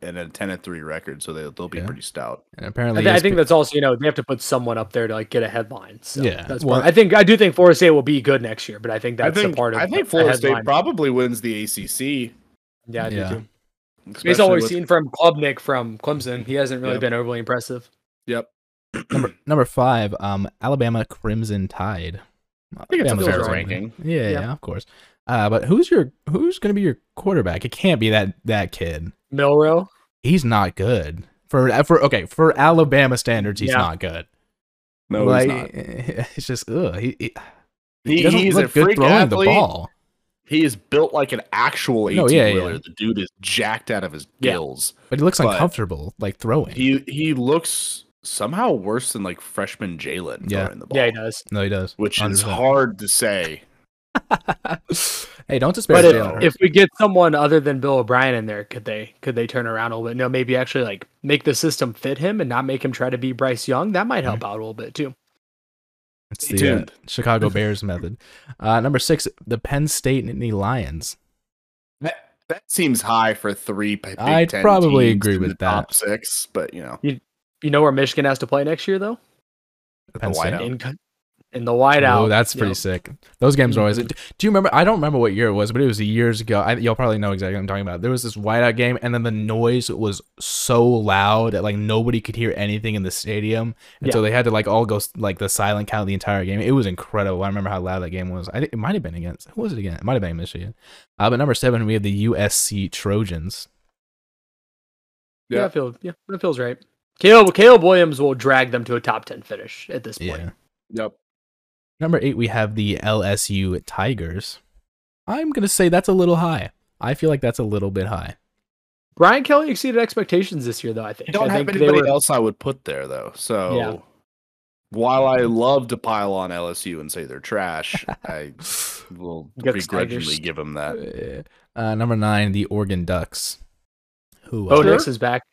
C: and a ten and three record, so they they'll be
A: Yeah.
C: pretty stout.
A: And
B: I,
A: apparently, E
B: thi- I think
A: ESPN
B: that's also you know they have to put someone up there to like get a headline. So
A: Yeah,
B: that's
A: well-
B: part. I think I do think Florida State will be good next year, but I think that's
C: I think
B: a part of.
C: I think
B: the
C: Florida State
B: headline.
C: probably wins the ACC.
B: Yeah, I do
A: Yeah.
B: too. It's
C: especially
B: all we've
C: with-
B: seen from Klubnik from Clemson. He hasn't really
C: Yep.
B: been overly impressive.
C: Yep,
A: number number five, um, Alabama Crimson Tide. I
C: think it's a
B: fair
C: ranking.
A: Yeah,
B: Yeah.
A: yeah, of course. Uh, but who's your who's going to be your quarterback? It can't be that that kid.
B: Milrow,
A: He's not good for for okay for Alabama standards. He's
B: Yeah.
A: not good.
C: no,
A: like
C: he's not.
A: it's just ugh. He, he,
C: He-
A: doesn't
C: he's
A: look
C: a
A: good
C: freak
A: throwing the
C: athlete.
A: ball.
C: He is built like an actual 18
A: No, yeah, yeah.
C: wheeler. The dude is jacked out of his
B: Yeah.
C: gills.
A: But he looks
C: But-
A: uncomfortable, like throwing.
C: He he looks somehow worse than like freshman Jalen
A: Yeah.
C: throwing the ball.
B: yeah, he does.
A: no, he does.
C: Which is
A: 100%.
C: hard to say.
A: hey, don't despair.
B: But
A: of
C: Jalen
A: Jalen
B: if,
A: Hurts.
B: if we get someone other than Bill O'Brien in there, could they could they turn around a little bit? No, maybe actually like
A: Mm-hmm.
B: make the system fit him and not make him try to be Bryce Young. That might help out a little bit too.
A: It's
C: Stay
A: the uh,
C: tuned.
A: Chicago Bears method. Uh, number six, the Penn State Nittany Lions.
C: That, that seems high for three. Big
A: I'd
C: Ten
A: probably
C: teams
A: agree
C: in
A: with
C: the top
A: that.
C: six, but you know,
B: You know where Michigan has to play next year, though?
A: Penn
C: the
A: State.
C: whiteout.
B: In, co- in the whiteout.
A: Oh, that's pretty
B: Yep.
A: sick. Those games are always.
B: Mhm.
A: Do you remember? I don't remember what year it was, but it was years ago. I, y'all probably know exactly what I'm talking about. There was this whiteout game, and then the noise was so loud that like nobody could hear anything in the stadium, and so they had to like all go s- like the silent count the entire game. It was incredible. I remember how loud that game was. I, think it might have been against who was it again? It might have been Michigan. Uh, but number seven, we have the USC Trojans.
B: Yeah,
C: Yeah.
B: it feels yeah, it feels right. Caleb Caleb Williams will drag them to a top ten finish at this point.
A: Yeah.
C: yep.
A: Number eight, we have the LSU Tigers. I'm gonna say that's a little high. I feel like that's a little bit high.
B: Brian Kelly exceeded expectations this year, though. I think.
C: I don't
B: I
C: have
B: think
C: anybody else I would put there though. So while I love to pile on LSU and say they're trash, I will
B: Go Tigers.
C: begrudgingly give them that.
A: Uh, number nine, the Oregon Ducks. Who?
B: Bo
A: uh,
B: Nix is back.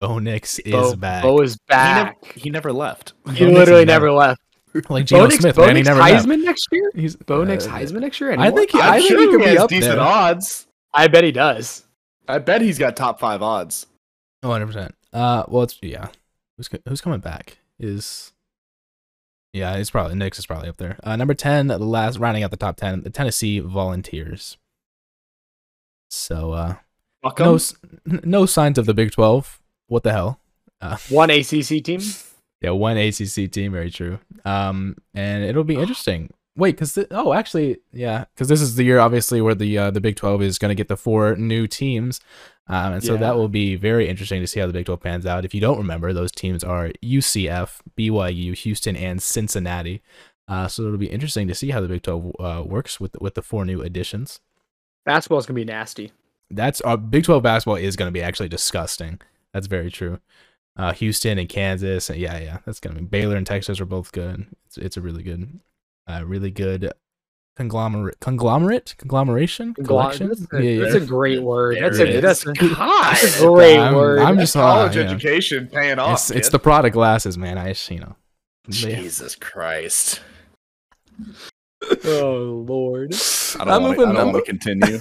A: Bo Nix is
B: Oh, Bo,
A: back.
B: Bo is
C: He nev-
B: back.
C: He, never left.
B: He
A: Bo Nix
B: literally
A: is back.
B: never left.
A: like Geno
B: Bo Nix,
A: Smith,
B: Bo
A: man.
B: Nix
A: he never
B: Heisman
A: left.
B: next year.
A: He's
B: Bo Nix
A: uh,
B: Heisman next year.
A: I
B: Anyone?
A: think he,
C: I'm
A: I think
C: sure
A: he could be
C: has
A: up
C: decent
A: there.
C: odds.
B: I bet he does.
C: I bet he's got top five odds.
A: 100. percent Uh, well, it's yeah. Who's co- who's coming back? Is yeah, it's probably Nix is probably up there. Uh, number ten, the last rounding out the top ten, the Tennessee Volunteers. So uh,
C: Fuck 'em.
A: no s- n- no signs of the Big Twelve. What the hell?
B: One ACC team.
A: Yeah, one ACC team, very true. Um, and it'll be interesting. Wait, because oh, actually, yeah, because this is the year obviously where the uh, the Big Twelve is going to get the four new teams, um, and so
B: Yeah.
A: that will be very interesting to see how the Big Twelve pans out. If you don't remember, those teams are UCF, BYU, Houston, and Cincinnati. Uh, so it'll be interesting to see how the Big Twelve uh, works with with the four new additions.
B: Basketball's gonna be nasty.
A: That's uh, Big Twelve basketball is going to be actually disgusting. That's very true. Uh, Houston and Kansas, and yeah, yeah, that's going to be Baylor and Texas are both good. It's it's a really good, uh, really good conglomerate, conglomerate, conglomeration,
B: Glon-
A: collection.
B: That's a,
A: yeah, yeah.
B: that's a great word.
C: There
B: That's
C: it
B: a,
C: is.
B: that's a
C: God.
B: that's a great
A: I'm-
B: word.
A: I'm
C: That's
A: just- uh,
C: college
A: yeah.
C: education paying off.
A: It's, it's
C: kid.
A: the product glasses, man. I just, you know, they-
C: Jesus Christ.
B: oh lord.
C: I
A: I'm
C: don't want
A: moving-
C: to
A: I'm
C: want to
A: mo-
C: continue.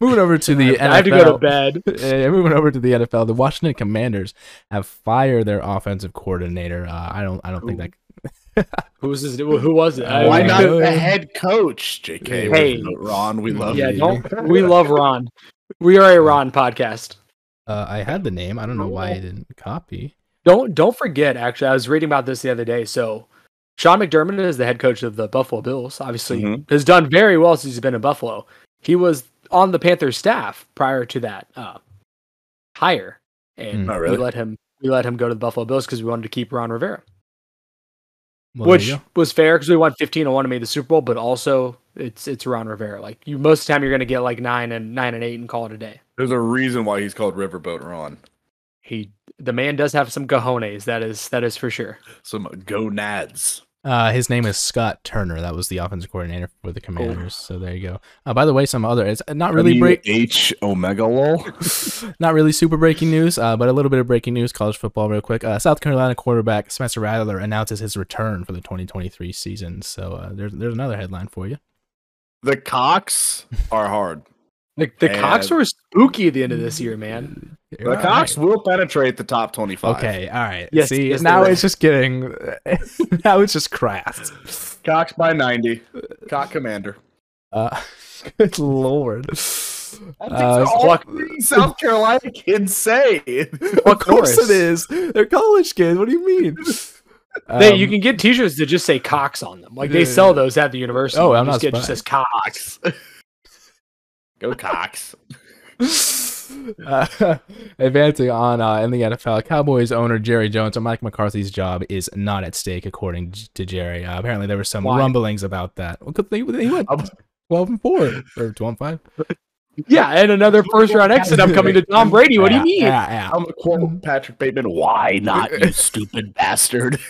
A: moving over to the
B: I have to go
A: NFL.
B: to bed.
A: Yeah, moving over to the NFL, the Washington Commanders have fired their offensive coordinator. Uh, I don't, I don't think
B: Ooh.
A: that
B: Who was his, who was it? I-
C: Why
A: Uh,
C: not
A: uh,
C: the head coach, JK?
A: Hey.
C: We promote Ron, we love
B: Yeah,
C: you.
B: don't, we love Ron. We are a Ron podcast.
A: uh, I had the name. I don't know
C: Oh.
A: why I didn't copy.
B: Don't don't forget. Actually, I was reading about this the other day. So, Sean McDermott is the head coach of the Buffalo Bills. Obviously,
A: Mm-hmm.
C: Mhm.
B: has done very well since he's been in Buffalo. He was on the Panthers staff prior to that uh, hire, and
A: Mm.
C: Oh, really?
B: we let him we let him go to the Buffalo Bills because we wanted to keep Ron Rivera,
A: Well, there
B: which
A: you go.
B: was fair because we won 15 and wanted to make the Super Bowl. But also, it's it's Ron Rivera. Like you, most of the time you're going to get like nine and nine and eight and call it a day.
C: There's a reason why he's called Riverboat Ron.
B: He the man does have some cojones. That is that is for sure.
C: Some gonads.
A: Uh, his name is Scott Turner. That was the offensive coordinator for the Commanders. So there you go. Uh, by the way, some other it's not really break,
C: H Omega lol.
A: not really super breaking news, uh, but a little bit of breaking news. College football, real quick. Uh, South Carolina quarterback Spencer Rattler announces his return for the 2023 season. So uh, there's there's another headline for you.
C: The Cox are hard.
B: The, the Cox
C: And-
B: were spooky at the end of this year, man.
A: You're
C: The
A: all
C: Cox
A: right.
C: will penetrate the top 25.
A: Okay, all right.
B: Yes,
A: See,
B: yes, they
A: now
B: will.
A: it's just getting. now it's just craft.
C: Cox by 90. Cock commander.
A: Uh, good lord.
C: I think
A: Uh,
C: they're all
B: Buck-
C: things South Carolina kids say.
A: of course
B: Norris.
A: it is. They're college kids. What do you mean?
B: They, you
A: Um,
B: can get T-shirts that just say Cox on them. Like they sell those at the university.
A: Oh, I'm
B: You just
A: not
B: get- just says Cox.
C: Go Cox.
A: Um, uh, advancing on uh, in the NFL, Cowboys owner Jerry Jones or Mike McCarthy's job is not at stake, according j- to Jerry. Uh, apparently, there were some
B: Why?
A: rumblings about that. Well, 'cause they, they went
C: Um,
A: twelve and four or twelve and five.
B: Yeah, and another first round exit. I'm coming to Tom Brady. What do you
A: Yeah,
B: mean?
A: yeah, yeah.
C: I'm a quote Patrick Bateman. Why not, you stupid bastard?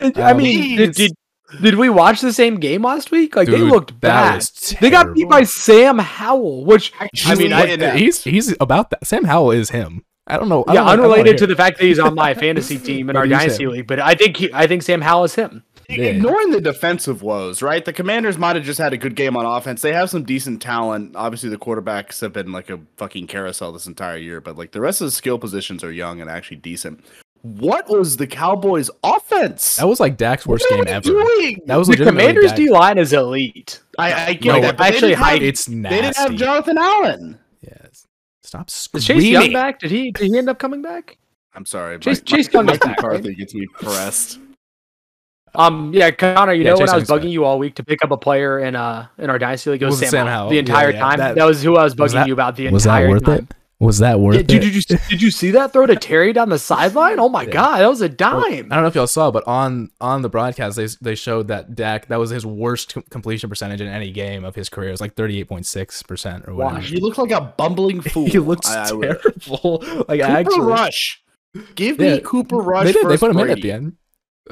B: And- I
A: Um,
B: mean, did,
C: Please.
B: did did we watch the same game last week? Like they
A: Dude,
B: looked
A: that
B: bad.
A: was
B: They got beat
A: terrible.
B: by Sam Howell, which
C: I mean, I,
A: he's he's about that. Sam Howell is him. I don't know. I
B: yeah,
A: don't know- I don't
B: unrelated to
A: wanna
B: the fact that he's on my fantasy team in
A: What
B: our
A: do you
B: dynasty
A: say?
B: league, but I think he, I think Sam Howell is him.
A: Yeah.
C: Ignoring the defensive woes, right? The Commanders might have just had a good game on offense. They have some decent talent. Obviously, the quarterbacks have been like a fucking carousel this entire year, but like the rest of the skill positions are young and actually decent. What was the Cowboys' offense?
A: hear. that was like Dak's worst
C: what
A: game
C: are they
A: ever.
C: doing?
A: That was
B: The
A: legitimately
B: Commanders
A: Dak.
B: D line is elite.
C: I, I get
A: No,
C: that. but they
B: actually,
C: didn't have-
B: hype-
A: It's
C: they
A: nasty.
C: didn't have Jonathan Allen.
A: Yes. Stop
B: Is Chase Young
A: screaming.
B: back? Did he did he end up coming back?
C: I'm sorry.
B: Chase-
C: Mike-
B: Chase
C: Mike-
B: Young is
C: Mike
B: back, right?
C: McCarthy gets me pressed.
B: Um, yeah, Connor, you
A: Yeah,
B: know when
A: Chase
B: I was
A: Young's
B: bugging
A: back.
B: you all week to pick up a player in uh in our dynasty league, it was, Sam, Howell the
A: Yeah,
B: entire
A: yeah,
B: time.
A: that-
B: That, was who I was bugging
A: was that-
B: you about the
A: Was that
B: entire
A: worth
B: time.
A: it? Was that worth
B: Yeah,
A: it?
B: dude, did you did you see that throw to Terry down the sideline? Oh my god, that was a dime.
A: I don't know if y'all saw, but on on the broadcast they they showed that Dak that was his worst com- completion percentage in any game of his career. It was like thirty eight point six percent or
C: Wow,
A: whatever.
C: he looked like a bumbling fool.
A: He looks
C: I- I would-
A: terrible. like
C: Cooper
A: actually,
C: Rush. Give
A: Yeah,
C: me Cooper Rush.
A: they did. They
C: versus
A: put him in at
C: Brady.
A: the end.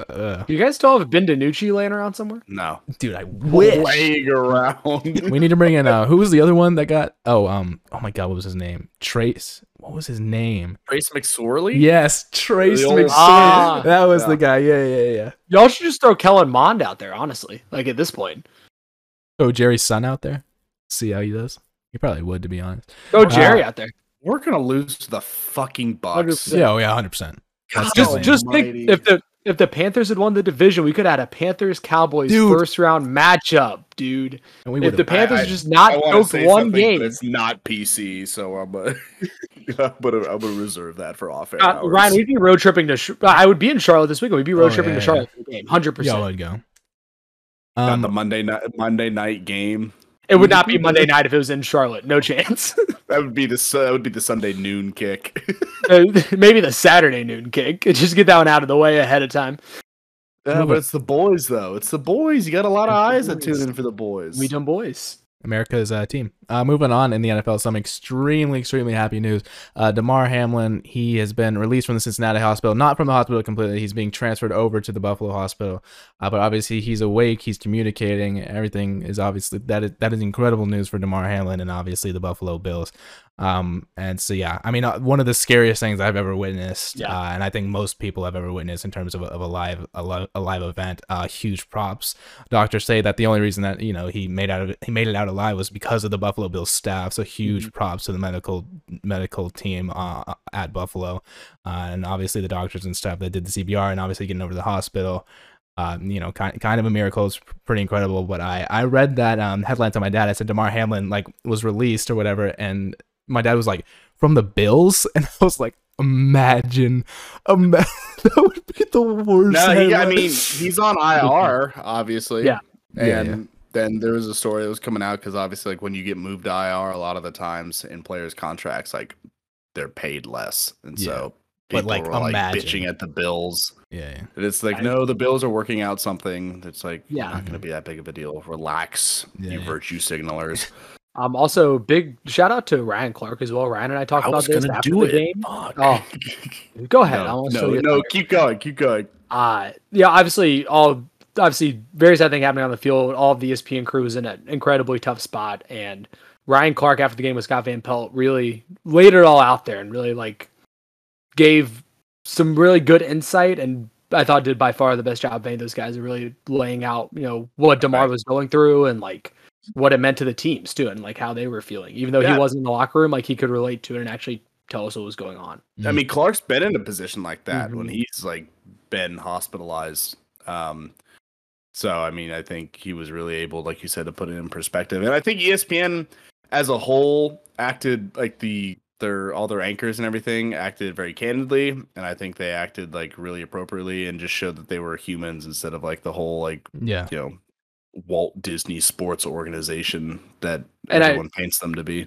A: Uh,
B: Do you guys still have Ben DiNucci laying around somewhere?
C: No.
A: dude, I wish.
C: Playing around.
A: we need to bring in uh, who was the other one that got? Oh, um, oh my God, what was his name? Trace. What was his name?
C: Trace McSorley?
A: Yes, Trace
C: The old-
A: McSorley.
B: Ah,
A: that was
C: yeah.
A: the guy. Yeah, yeah, yeah.
B: Y'all should just throw Kellen Mond out there, honestly. Like at this point,
A: Oh, Jerry's son out there. See how he does. He probably would, to be honest.
B: throw Jerry out there.
C: We're going to lose to the fucking Bucks.
B: 100%.
A: Yeah, oh, yeah, hundred percent.
C: God
A: Just-
C: almighty.
B: Just think if the if the Panthers had won the division, we could have had a Panthers Cowboys
A: Dude.
B: first round matchup, dude.
A: And we
B: if the
A: would've-
B: Panthers
C: I-
B: just
C: I
B: not
C: wanna
B: choked
C: say
B: one
C: something,
B: game,
C: but It's not PC, so I'm going to I'm gonna reserve that for offense.
B: Uh, Ryan, we'd be road tripping to. Sh- uh, I would be in Charlotte this weekend. We'd be road
A: Oh,
B: tripping
A: yeah,
B: to
A: yeah,
B: Charlotte for the game, hundred
A: y'all
B: percent.
A: would go.
C: Got
A: Um,
C: the Monday night, Monday night game.
B: It would not be Monday night if it was in Charlotte. No chance.
C: That would be the su- that would be the Sunday noon kick.
B: Uh, Maybe the Saturday noon kick. Just get that one out of the way ahead of time.
C: yeah,
A: Move it.
C: but it's the boys though. It's the boys. You got a lot of
B: The
C: eyes that
B: boys.
C: tune in for the boys.
B: We dumb boys.
A: America's uh, team. Uh, moving on in the NFL, some extremely, extremely happy news. Uh, Damar Hamlin, he has been released from the Cincinnati hospital, not from the hospital completely. He's being transferred over to the Buffalo hospital, uh, but obviously he's awake, he's communicating. Everything is obviously that is that is incredible news for Damar Hamlin and obviously the Buffalo Bills. Um, and so yeah, I mean, uh, one of the scariest things I've ever witnessed,
B: Yeah.
A: uh, and I think most people have ever witnessed in terms of a, of a live a, li- a live event. Uh, huge props. Doctors say that the only reason that you know he made out of he made it out alive was because of the Buffalo Bills staff. So huge
C: Mm-hmm.
A: props to the medical medical team uh, at Buffalo, uh, and obviously the doctors and staff that did the CPR, and obviously getting over to the hospital. Um, you know, kind, kind of a miracle. It's pretty incredible. But I, I read that um, headline to my dad. I said Damar Hamlin like was released or whatever, and my dad was like from the Bills, and I was like, imagine, ima- that would be the worst.
C: No, he, I
A: headline.
C: mean he's on IR, obviously.
B: Yeah.
A: Yeah,
C: And then there was a story that was coming out because obviously, like when you get moved to IR, a lot of the times in players' contracts, like they're paid less, and
A: Yeah.
C: so
A: But,
C: people
A: like,
C: were, like
A: imagine.
C: bitching at the Bills.
A: yeah, yeah.
C: And it's like,
B: I-
C: no, the Bills are working out something that's like
B: Yeah.
C: not going to be that big of a deal. Relax,
A: Yeah,
C: you
A: yeah.
C: virtue signalers.
B: Um. Also, big shout out to Ryan Clark as well. Ryan and I talked
C: I
B: about
C: was
B: this
C: going to
B: after
C: do
B: the
C: it.
B: game.
C: Fuck.
B: Oh, Go ahead. I
C: no,
B: want to
C: no, no, keep going, keep going.
B: Uh, yeah, obviously, all obviously very sad thing happening on the field. All of the E ESPN crew was in an incredibly tough spot, and Ryan Clark after the game with Scott Van Pelt really laid it all out there and really like gave some really good insight and I thought did by far the best job of any of those guys of really laying out you know what Demar
C: Right.
B: was going through and like what it meant to the teams too and like how they were feeling. Even though
C: Yeah.
B: he wasn't in the locker room, like he could relate to it and actually tell us what was going on.
C: I
A: Mhm.
C: mean, Clark's been in a position like that when
B: Mhm.
C: he's like been hospitalized. Um, so I mean, I think he was really able, like you said, to put it in perspective. And I think E ESPN as a whole acted like the their all their anchors and everything acted very candidly, and I think they acted like really appropriately and just showed that they were humans instead of like the whole like
A: yeah.
C: you know Walt Disney sports organization that
B: And I-
C: everyone paints them to be.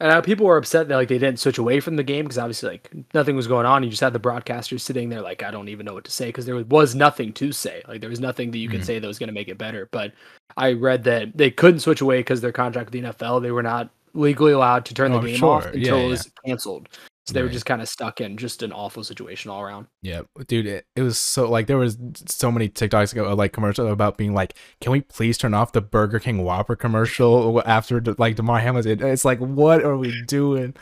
B: And uh, people were upset that like they didn't switch away from the game because obviously like nothing was going on. You just had the broadcasters sitting there like I don't even know what to say because there was nothing to say. Like there was nothing that you could
A: Mhm.
B: say that was going to make it better. But I read that they couldn't switch away because their contract with the NFL they were not legally allowed to turn
A: Oh,
B: the game
A: sure.
B: off
A: Yeah,
B: until
A: yeah.
B: it was canceled. So they were
A: Right.
B: just kind of stuck in just an awful situation all around.
A: Yeah, dude, it, it was so like there was so many TikToks ago, like commercial about being like, "Can we please turn off the Burger King Whopper commercial after like Demar Hamlin?" It, it's like, what are we doing?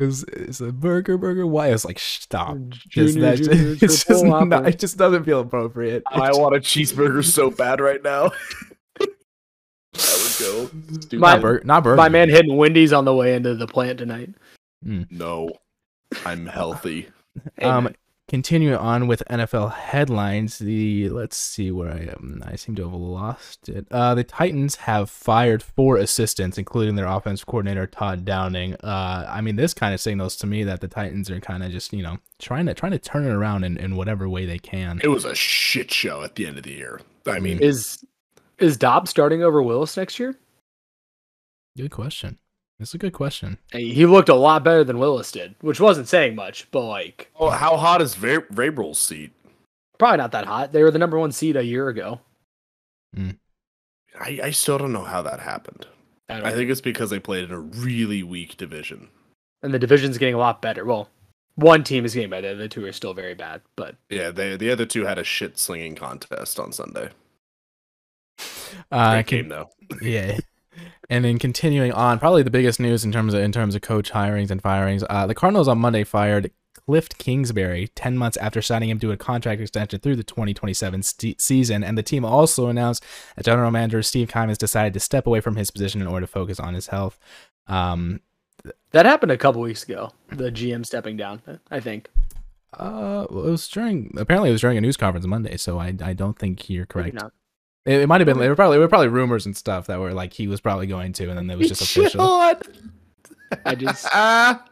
A: It was it's a burger, burger. Why? I was like, stop. Ah, Just
B: Junior,
A: that,
B: junior,
A: it's just
B: triple
A: not,
B: whopper.
A: it just doesn't feel appropriate.
C: I
A: It's-
C: want a cheeseburger so bad right now. that would go. stupid.
B: My-
A: not, bur- not burger.
B: My man hitting Wendy's on the way into the plant tonight.
C: no, I'm healthy.
B: Hey,
A: Um,
B: man.
A: continuing on with NFL headlines, the let's see where I am. I seem to have lost it. Uh, the Titans have fired four assistants, including their offensive coordinator Todd Downing. Uh, I mean, this kind of signals to me that the Titans are kind of just you know trying to trying to turn it around in, in whatever way they can.
C: It was a shit show at the end of the year. I mean,
B: is is Dobbs starting over Willis next year?
A: Good question. It's a good question.
B: Hey, He looked a lot better than Willis did, which wasn't saying much, but like
C: oh, how hot is Ver- Vrabel's seat?
B: probably not that hot. They were the number one seed a year ago.
C: I, I still don't know how that happened.
B: I, don't
C: I
B: know.
C: think it's because they played in a really weak division.
B: and the division's getting a lot better. Well, one team is getting better; the other two are still very bad. But
C: Yeah, they, the other two had a shit slinging contest on Sunday.
A: Uh,
C: Great game though.
A: yeah. And then continuing on, probably the biggest news in terms of in terms of coach hirings and firings. Uh, the Cardinals on Monday fired Clift Kingsbury ten months after signing him to a contract extension through the 2027 st- season. And the team also announced that general manager Steve Kime has decided to step away from his position in order to focus on his health. Um,
B: that happened a couple weeks ago. The GM stepping down, I think.
A: uh, well, it was during apparently it was during a news conference Monday, so I I don't think you're
B: Maybe
A: correct.
B: not.
A: It, it might have been there were probably there were probably rumors and stuff that were like he was probably going to, and then it was just official.
B: I just,
C: Ah,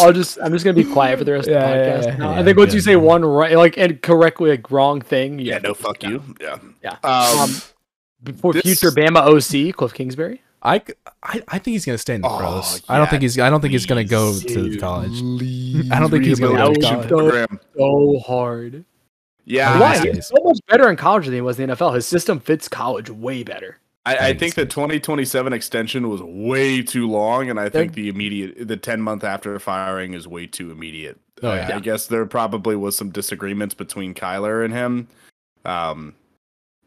B: I'll just, I'm just gonna be quiet for the rest
A: Yeah,
B: of the
A: yeah,
B: podcast.
A: yeah,
B: now.
A: yeah,
B: I think once
A: good,
B: you say
A: yeah.
B: one right, like and correctly like wrong thing,
C: yeah,
B: yeah,
C: no, fuck you. Yeah,
B: yeah.
C: Um,
B: for
C: this-
B: future Bama OC Cliff Kingsbury,
A: I, c- I- I think he's gonna stay in the
C: Oh,
A: pros. I don't
C: yeah,
A: think he's I don't think he's gonna go
C: please,
A: to college.
C: Please
A: I don't think he's gonna
B: go to
C: rehabilitation
B: college.
C: program.
B: so hard.
A: Why?
C: Yeah,
B: Why?
A: these
C: I,
A: days.
B: He's so much better in college than he was in the NFL. His system fits college way better.
C: I think the 2027 extension was way too long, and I think the immediate, the 10 month after firing is way too immediate.
A: Oh,
C: I-
A: yeah.
C: I guess there probably was some disagreements between Kyler and him. Um,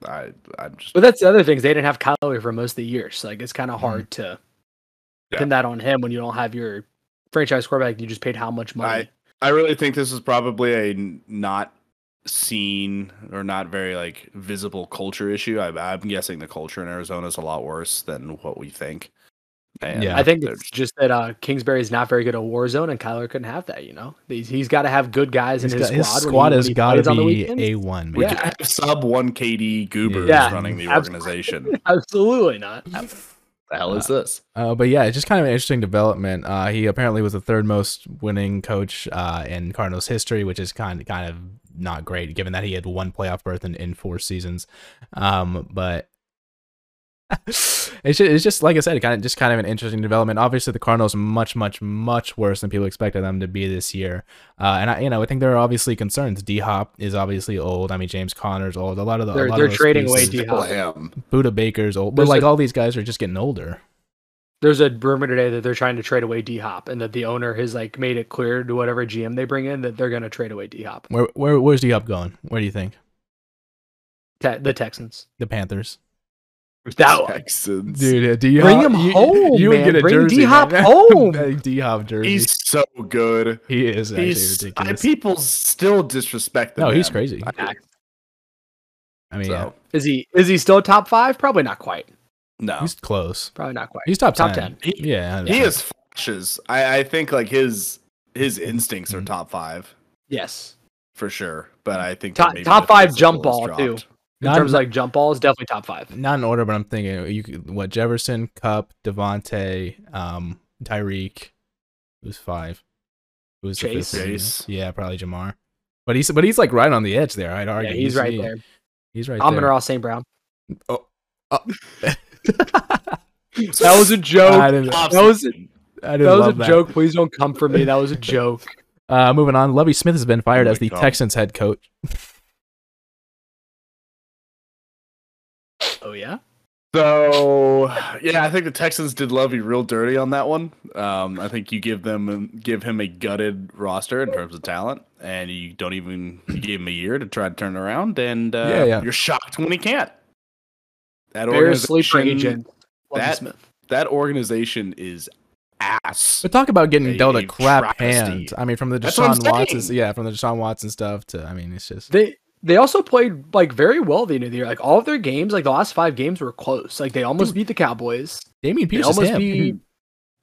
C: I, I'm just
B: But that's the other thing is they didn't have Kyler for most of the year, so like it's kind of
A: Mm-hmm.
B: hard to
C: Yeah.
B: pin that on him when you don't have your franchise quarterback. You just paid how much money?
C: I really think this is probably a n- not seen or not very like visible culture issue. I, I'm guessing the culture in Arizona is a lot worse than what we think. And
A: Yeah.
B: I think
C: they're
B: it's just that uh, Kingsbury is not very good at war zone, and Kyler couldn't have that. You know, he's, he's got to have good guys
A: He's
B: in
A: got-
B: his
A: his
B: squad. when
A: squad
B: he-
A: has
B: when he
A: got
B: plays
A: to
B: on the
A: be
B: weekends.
A: a one.
C: we
A: man.
B: Yeah.
C: could have sub one KD goobers
A: Yeah.
C: running the
B: Absolutely.
C: organization.
B: Absolutely not.
C: the hell is this?
A: Uh, but yeah, it's just kind of an interesting development. Uh, he apparently was the third most winning coach uh, in Cardinals history, which is kind kind of not great, given that he had one playoff berth in, in four seasons. Um, but it's just, it's just like I said, kind of just kind of an interesting development. Obviously, the Cardinals are much, much, much worse than people expected them to be this year. Uh, and I, you know, I think there are obviously concerns. D Hop is obviously old. I mean, James Connor's old. A lot of the a
B: They're-
A: lot of
B: they're
A: those
B: trading away
A: pieces-
B: D-
C: Still am.
A: Buda Baker's old, but
B: There's
A: like
B: a-
A: all these guys are just getting older.
B: There's a rumor today that they're trying to trade away D Hop, and that the owner has like made it clear to whatever GM they bring in that they're going to trade away D Hop.
A: Where where where's D Hop going? Where do you think?
B: Te- the Texans.
A: The Panthers.
B: That
C: Texans.
A: Dude, D Hop.
B: Bring him home, man. Bring D-Hop home.
A: D Hop jersey.
C: He's so good.
A: he is actually
C: He's, I,
A: ridiculous.
C: people still disrespect the
A: no, he's
C: man.
A: crazy. I,
B: I-
A: mean,
C: So,
A: yeah,
B: Is he is he still top five? Probably not quite.
C: no.
A: he's close.
B: Probably not quite.
A: He's top ten.
B: Top 10.
C: He-
A: yeah,
C: he has flashes. I, I think like his his instincts are
A: Mhm.
C: top five
B: Yes.
C: for sure. But I think
B: Top-
C: that maybe
B: top
C: the
B: five
C: physical
B: jump
C: is
B: ball,
C: dropped.
B: too. In
A: Not-
B: terms of like jump balls, definitely top five.
A: not in order, but I'm thinking you could- what Jefferson, Cup, Devonte, um, Tyreek. Who's five? Who's the fifth
B: Chase.
A: one?
C: Chase.
A: Yeah, probably Jamar. But he's but he's like right on the edge there. I'd
B: Yeah,
A: argue.
B: he's right there.
A: He's right
B: I'm
A: there.
B: gonna Ross St. Brown.
C: That
B: was a
A: I
B: joke.
A: didn't, I
C: Top
B: That was-
C: season.
A: didn't
B: That was a
A: love that.
B: joke. Please don't come for me. That was a joke.
A: Uh, moving on, Lovey Smith has been fired
C: Oh
A: as
C: my
A: the
C: God.
A: Texans head coach.
B: Oh yeah.
C: So yeah, I think the Texans did Lovey real dirty on that one. Um, I think you give them give him a gutted roster in terms of talent, and you don't even you gave him a year to try to turn around, and uh,
A: Yeah, yeah.
C: you're shocked when he can't. That
B: Bears sleeper
C: organization-
B: agent. Lovie
C: that-
B: Smith.
C: that organization is ass.
A: But talk about getting
C: A
A: dealt a crap
C: travesty.
A: hand. I mean, from the
C: That's what
A: Deshaun
C: I'm
A: Watson,
C: saying.
A: yeah, from the Deshaun Watson stuff to, I mean, it's just
B: They they also played like very well the end of the year. Like all of their games, like the last five games were close. Like they almost beat the Cowboys.
A: Damien
B: They
A: Pierce is
B: almost
A: him. Mm-hmm.
B: beat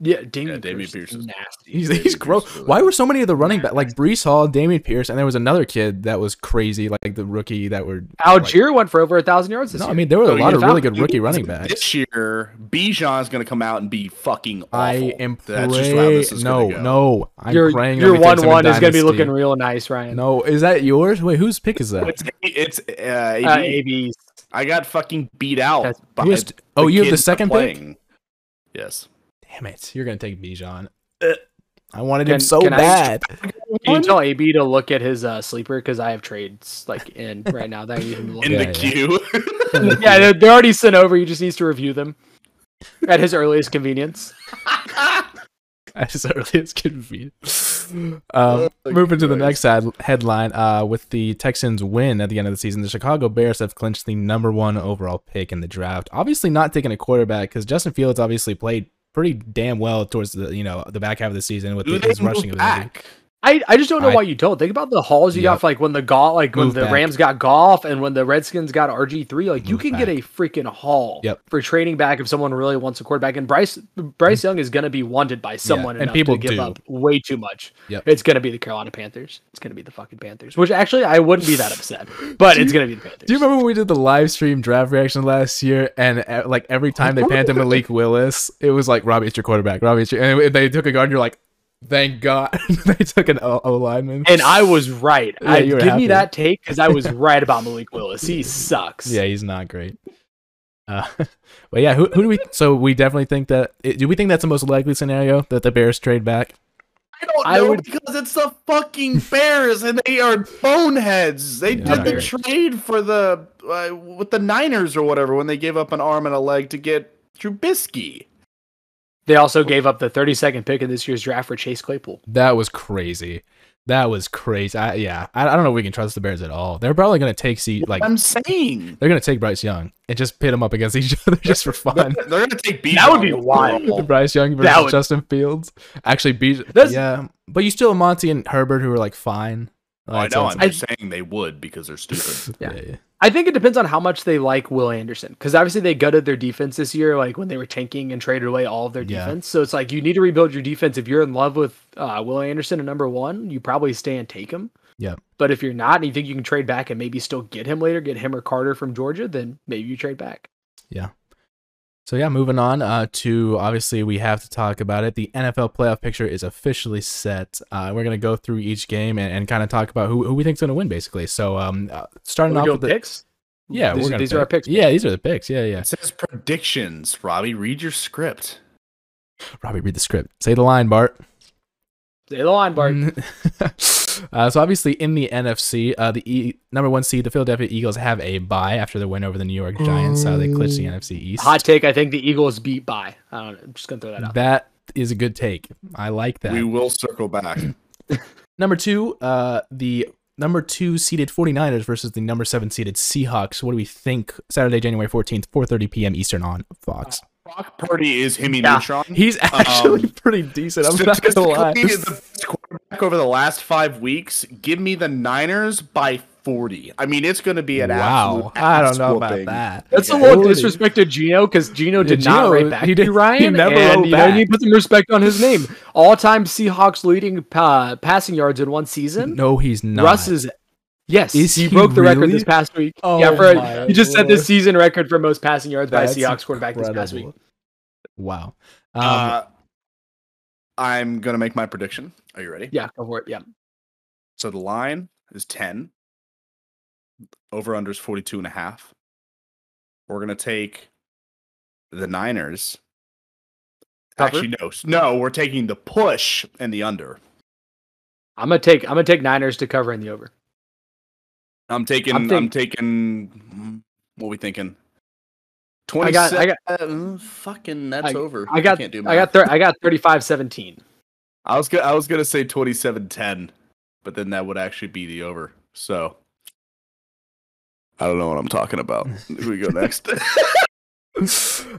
B: yeah, Damian,
C: Yeah, Dameon
B: Pierce,
C: Pierce is-
B: is nasty.
A: He's,
C: Damian
A: he's gross.
C: Pierce was
A: Why
C: a-
A: were so many of the running back like Brees Hall, Damian Pierce, and there was another kid that was crazy, like the rookie that were
B: Algier went for over a thousand yards this
A: Like, no, I
B: year.
A: mean there were a
C: Oh,
A: lot
C: yeah.
A: of really good
C: Falcons.
A: rookie running backs.
C: This year, Bijan's going to come out and be fucking awful.
A: I am
C: That's just how
A: praying.
C: this is
A: No,
C: gonna go.
A: no, I'm
B: your
A: praying.
B: your
A: nobody takes
B: one
A: him in
B: one is gonna be
A: Dynasty.
B: looking real nice, Ryan.
A: No, is that yours? Wait, whose pick is that?
C: It's, it's uh, AB.
B: uh, ABs.
C: I got fucking beat out.
B: That's-
C: By
A: Who is-
C: the
A: oh, you have
C: kid
A: the second pick.
C: playing. Yes.
A: Damn it, you're gonna take Bijan. I wanted him
B: Can-
A: so
B: can I-
A: bad.
B: Can you tell AB to look at his uh, sleeper because I have trades like in right now that I need him to look
C: In
A: Yeah,
C: the
A: yeah.
C: queue.
B: at. Yeah, they're, they're already sent over. He just needs to review them at his earliest convenience.
A: as early as convenient. Um,
C: my
A: moving to the next
C: goodness.
A: ad- headline, uh, with the Texans' win at the end of the season, the Chicago Bears have clinched the number one overall pick in the draft. Obviously, not taking a quarterback because Justin Fields obviously played pretty damn well towards the you know the back half of the season with
C: Who
A: the,
C: they
A: his rushing
C: moved
A: ability.
C: back?
B: I, I just don't know
A: I-
B: why you don't think about the hauls you
A: Yep.
B: got for like when the golf like when
A: Move
B: the
A: back.
B: Rams got golf and when the Redskins got RG three like you
A: Move
B: can get
A: back.
B: a freaking haul
A: Yep.
B: for trading back if someone really wants a quarterback and Bryce Bryce Young is gonna be wanted by someone
A: Mm-hmm. and
B: enough
A: people
B: to give
A: do.
B: up way too much
A: Yep.
B: it's gonna be the Carolina Panthers it's gonna be the fucking Panthers which actually I wouldn't be that upset but it's gonna be the Panthers
A: Do you remember when we did the live stream draft reaction last year, and uh, like every time they panned to Malik Willis, it was like Robbie, it's your quarterback. Robbie, it's your... and if they took a guard. You're like, thank God they took an O O lineman.
B: and I was right
A: Yeah,
B: I
A: you were
B: give
A: happy.
B: me that take because I was right about Malik Willis he sucks
A: Yeah, he's not great. Uh, but yeah, who, who do we? So we definitely think that. i- Do we think that's the most likely scenario that the Bears trade back?
C: I don't
B: I
C: know
B: would-
C: because it's the fucking Bears and they are boneheads. They
A: Yeah,
C: did the
A: okay.
C: trade for the uh, with the Niners or whatever when they gave up an arm and a leg to get Trubisky.
B: they also gave up the thirty second pick in this year's draft for Chase Claypool.
A: That was crazy. That was crazy. I, yeah, I, I don't know if we can trust the Bears at all. They're probably going to take see like
C: I'm saying
A: they're going to take Bryce Young and just pit them up against each other just for fun.
C: they're gonna take B.
B: That would be wild.
A: Bryce Young versus
B: would-
A: Justin Fields. Actually, be
B: That's-
A: yeah, but you still have Monty and Herbert who are like fine.
C: I
B: Oh,
A: Like,
C: know.
A: so
C: I'm
A: it's-
C: just saying they would because they're stupid.
B: yeah.
A: yeah, yeah.
B: I think it depends on how much they like Will Anderson because obviously they gutted their defense this year, like when they were tanking and traded away all of their
A: Yeah.
B: defense. So it's like you need to rebuild your defense. If you're in love with uh, Will Anderson at number one, you probably stay and take him.
A: Yep.
B: But if you're not and you think you can trade back and maybe still get him later, get him or Carter from Georgia, then maybe you trade back.
A: So yeah, moving on uh, to obviously we have to talk about it. The NFL playoff picture is officially set. Uh, we're gonna go through each game and, and kind of talk about who, who we think's gonna win, basically. So um, uh, starting
B: We
A: off
B: go
A: with the
B: picks.
A: yeah,
B: These-
A: we're gonna
B: these are our picks.
A: Yeah, these are the picks. Yeah, yeah.
C: It says predictions. Robbie, read your script.
A: Robbie, read the script. Say the line, Bart.
B: Say the line, Bart.
A: Mm. uh, so obviously in the NFC, uh, the e- number one seed, the Philadelphia Eagles, have a bye after the win over the New York Giants. Uh, they clinched the NFC East.
B: Mm. Hot take. I think the Eagles beat by. I don't know. I'm just gonna
A: Mm.
B: throw that out.
A: That is a good take. I like that.
C: We will circle back.
A: Number two, uh, the number two seeded 49ers versus the number seven seeded Seahawks. What do we think? Saturday, January 14th, 4.30 p.m. Eastern on Fox.
C: Brock Purdy is Hemi
B: Yeah.
C: Neutron.
A: He's
B: um,
A: actually pretty decent. I'm not going to lie.
C: Statistically, the best quarterback over the last five weeks. Give me the Niners by forty. I mean, it's going to be an
A: Wow.
C: absolute.
A: I don't know
C: ass
A: about
C: whooping.
A: that.
B: That's
A: Yeah.
B: a little
A: Forty.
B: disrespect to Gino because Gino
A: Yeah,
B: did not
A: Gino,
B: write back
A: he
B: he
A: did-
B: did,
A: he
B: to Ryan.
A: never
B: and,
A: wrote
B: you know, you
A: back.
B: need to put some respect on his name. All-time Seahawks leading pa- passing yards in one season.
A: No, he's not.
B: Russ is yes.
A: Is
B: he,
A: he
B: broke the record
A: really?
B: this past week.
A: Oh
B: yeah, for
A: my
B: he just set
A: lord.
B: this season record for most passing yards
A: That's
B: by a Seahawks quarterback this past week.
A: incredible. Wow. Um,
C: Uh, I'm going to make my prediction. Are you ready?
B: Yeah, go for it. Yeah,
C: So the line is 10. Over under is 42 and a half. We're going to take the Niners.
B: Cover?
C: Actually, no. s- No, we're taking the push and the under.
B: I'm gonna take I'm gonna take Niners to cover in the over.
C: I'm taking, I'm,
B: I'm think-
C: taking, mm, what we thinking?
B: I got- I got-
C: Mm, fucking, that's over.
B: I got
C: can't do
B: I got
C: math.
B: thir- I got 35-17.
C: I was gonna I was gonna say 27-10, but then that would actually be the over. So I don't know what I'm talking about. Who we go next?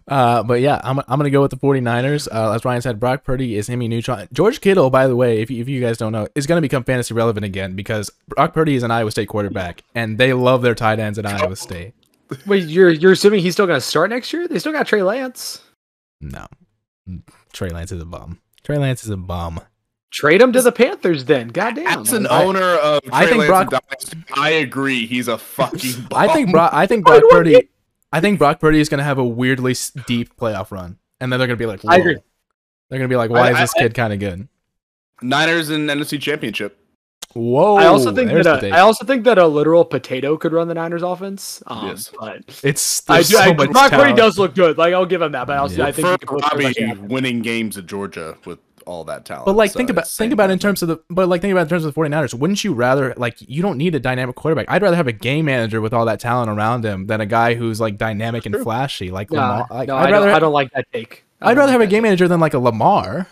A: Uh, but yeah, I'm, I'm gonna go with the 49ers. Uh, as Ryan said, Brock Purdy is Emmy Neutron. George Kittle, by the way, if you, if you guys don't know, is gonna become fantasy relevant again because Brock Purdy is an Iowa State quarterback, and they love their tight ends at Iowa State.
B: Wait, you're you're assuming he's still going to start next year? They still got Trey Lance.
A: No, Trey Lance is a bum. Trey Lance is a bum.
B: Trade him to the Panthers then. Goddamn.
C: As an
A: I-
C: owner of Trey
A: I think
C: Lance and
A: Brock-
C: Dynasty, I agree. He's a fucking. Bomb.
A: I think Brock. I think Brock Purdy. I think Brock Purdy is gonna have a weirdly s- deep playoff run, and then they're gonna be like,
B: I agree.
A: "Whoa." They're gonna be like, "Why
C: I-
A: is
C: I-
A: this kid kind of good?"
C: Niners and NFC Championship.
A: Whoa!
B: I also think
A: Oh, there's
B: that
A: the
B: a,
A: take.
B: I also think that a literal potato could run the Niners offense. Um,
C: Yes.
B: but
A: it's
B: I
A: there's
B: do.
A: so
B: I,
A: much
B: Brock Purdy
A: talent.
B: does look good. Like I'll give him that. But I also
A: Yeah.
B: I think he
C: Prefer
B: could put pretty much
C: Robbie
B: anything.
C: winning games at Georgia with all that talent.
A: But like
C: So
A: think about
C: it's
A: think
C: same
A: about in
C: thing.
A: terms of the but like think about in terms of the 49ers, wouldn't you rather like you don't need a dynamic quarterback. I'd rather have a game manager with all that talent around him than a guy who's like dynamic and flashy like
B: Nah,
A: Lamar. Like,
B: no,
A: I'd
B: I,
A: rather
B: don't, I don't like that take. I
A: I'd
B: don't
A: rather have a
B: like
A: game manager than like a Lamar
B: that.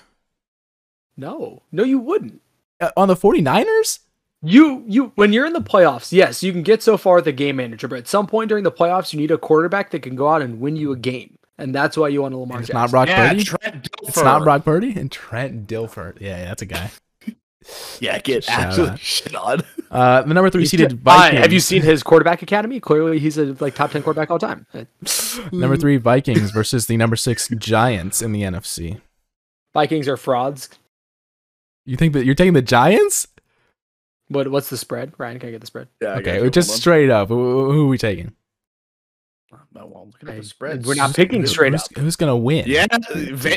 B: No, no, you wouldn't.
A: Uh, on the 49ers?
B: You you when you're in the playoffs, yes, you can get so far with the game manager, but at some point during the playoffs, you need a quarterback that can go out and win you a game, and that's why you want a Lamar
A: And it's
B: Jackson.
A: not Brock
C: Yeah,
A: Purdy.
C: Trent Dilfer.
A: it's not Brock Purdy and Trent Dilfer. Yeah, yeah, that's a guy.
C: Yeah, get
A: Shout
C: absolute
A: out.
C: shit on.
A: Uh, the number 3
B: He's
A: seeded
B: just- Why?
A: Vikings.
B: Have you seen his quarterback academy? Clearly, he's a like top ten quarterback all time. Uh,
A: number 3 Vikings versus the number 6 Giants in the NFC?
B: Vikings are frauds.
A: You think that you're taking the Giants?
B: What what's the spread? Ryan, can I get the spread?
C: Yeah, I got
A: Okay,
C: you.
A: just
C: Hold
A: straight up. Who, who are we taking?
C: on. No, well, I'm looking at
B: Hey,
C: the spreads.
B: we're not picking
A: Who's-
B: straight
A: who's,
B: up.
A: Who's gonna win?
C: Yeah, uh, Ve-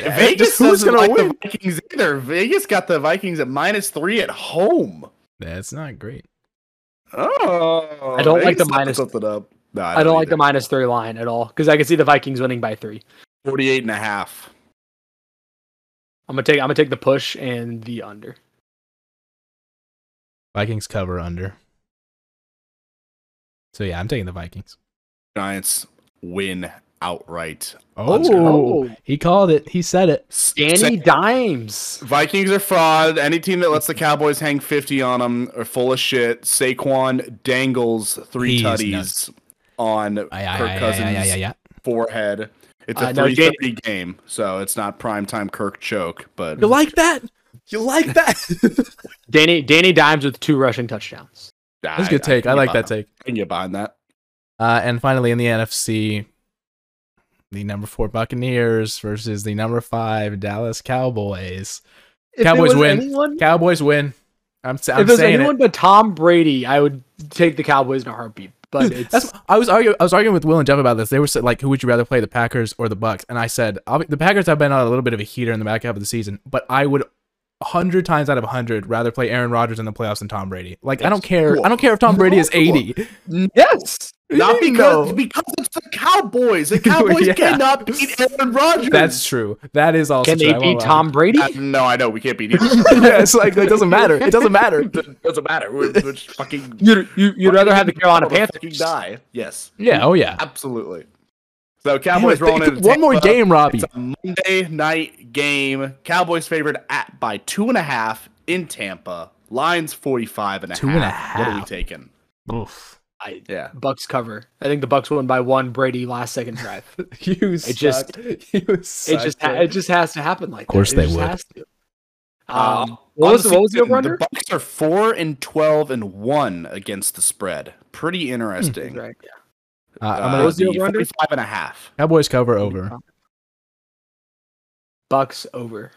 C: Vegas
A: who's
C: doesn't
A: gonna
C: like
A: win?
C: the Vikings either. Vegas got the Vikings at minus three at home.
A: that's not great.
C: Oh,
B: I don't like the
C: Vegas fucked
B: minus-
C: something up. No,
B: I don't like the
C: either.
B: minus three line at all because I can see the Vikings winning by three.
C: 48 and a half.
B: I'm gonna take I'm gonna take the push and the under.
A: Vikings cover under. So yeah, I'm taking the Vikings.
C: Giants win outright. Let's
A: Oh, he called it. He said it.
B: Danny Dimes.
C: Vikings are fraud. Any team that lets the Cowboys hang 50 on them are full of shit. Saquon dangles three
A: He's
C: tutties
A: nuts.
C: on Kirk
A: Aye, aye, aye, aye,
C: Cousins'
A: aye, aye, aye, aye.
C: forehead. It's
B: Uh,
C: a
B: no,
C: three
B: Dan-
C: thirty game, so it's not primetime Kirk choke, but
A: You like that? You like that?
B: Danny Danny Dimes with two rushing touchdowns.
A: That's a good take. I like that take.
C: I can get behind that.
A: Uh, and finally, in the NFC, the number four Buccaneers versus the number five Dallas Cowboys.
B: If
A: Cowboys
B: it was
A: win.
B: Anyone,
A: Cowboys win. I'm, s-
B: if
A: I'm
B: it was
A: saying it.
B: anyone but Tom Brady, I would take the Cowboys in a heartbeat. But
A: Dude,
B: it's,
A: that's I was arguing. I was arguing with Will and Jeff about this. They were sa- like, "Who would you rather play, the Packers or the Bucks?" And I said, I'll be, "The Packers have been on a little bit of a heater in the back half of the season, but I would." Hundred times out of hundred, rather play Aaron Rodgers in the playoffs than Tom Brady. Like I don't care. I don't care if Tom Brady is eighty.
B: yes.
C: Not
A: mean,
C: because
A: no?
C: because it's the Cowboys. The Cowboys
A: Yeah.
C: cannot beat Aaron Rodgers.
A: That's true. That is also
B: Can
A: true.
B: they
A: I won't
B: beat
A: lie.
B: Tom Brady?
C: Uh, no, I know we can't beat him.
A: yeah, it's like it doesn't matter. It doesn't matter.
C: Doesn't matter. We're, we're just fucking.
B: You'd, you, you'd rather have the Carolina
C: We're
B: Panthers.
C: fucking die. Yes,
A: Yeah. Oh yeah.
C: absolutely. So Cowboys
A: Damn it,
C: rolling
A: th-
C: in
A: one more game, Robbie.
C: It's a Monday night game. Cowboys favored at by two and a half in Tampa. Lines 45 and a
A: Two
C: half.
A: and a
C: What are we
A: half.
C: taking?
A: Oof.
B: I,
C: Yeah.
B: Bucks cover. I think the Bucks won by one. Brady last second drive.
A: You
B: It just-
A: suck. You suck,
B: it just ha-
A: dude.
B: it just has to happen like that.
A: course
B: It
A: they
B: just
A: would.
B: has to.
C: Uh,
B: Um, what was the, what was the
C: season,
B: over under?
C: The Bucks are 4 and 12 and 1 against the spread. Pretty interesting.
B: Right. yeah.
A: Uh,
C: Uh,
A: I'm gonna,
B: was the
C: the
B: over-under?
C: 45 and a half.
A: Cowboys cover over.
B: Bucks over.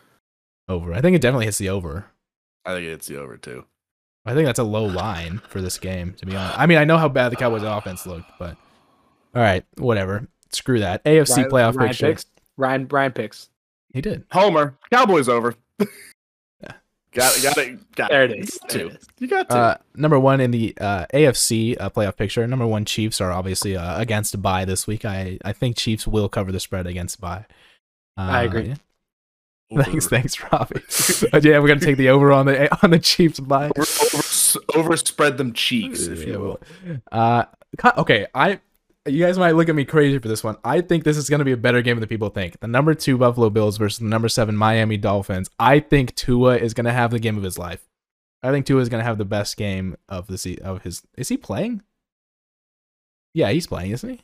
A: Over. I think it definitely hits the over.
C: I think it's the over too.
A: I think that's a low line for this game, to be honest. I mean, I know how bad the Cowboys' offense looked, but all right, whatever. Screw that. AFC
B: Ryan-
A: playoff
B: Ryan
A: picture.
B: picks. Ryan Ryan picks.
A: He did.
C: Homer, Cowboys over. got it. Got it. Got
B: There it is.
C: You got
B: There it
C: to.
B: is.
C: You got to.
A: Uh, number one in the uh, AFC uh, playoff picture. Number one Chiefs are obviously uh, against a bye this week. I, I think Chiefs will cover the spread against bye. Uh,
B: I agree.
A: yeah.
C: over.
A: Thanks, thanks, Robbie. Uh, yeah, we're gonna take the over on the on the Chiefs bye.
C: Over, over, overspread them cheeks, if
A: Yeah,
C: you will.
A: Uh, co- okay, I you guys might look at me crazy for this one. I think this is going to be a better game than people think. The number two Buffalo Bills versus the number seven Miami Dolphins. I think Tua is going to have the game of his life. I think Tua is going to have the best game of the se- of his. Is he playing? Yeah, he's playing, isn't he?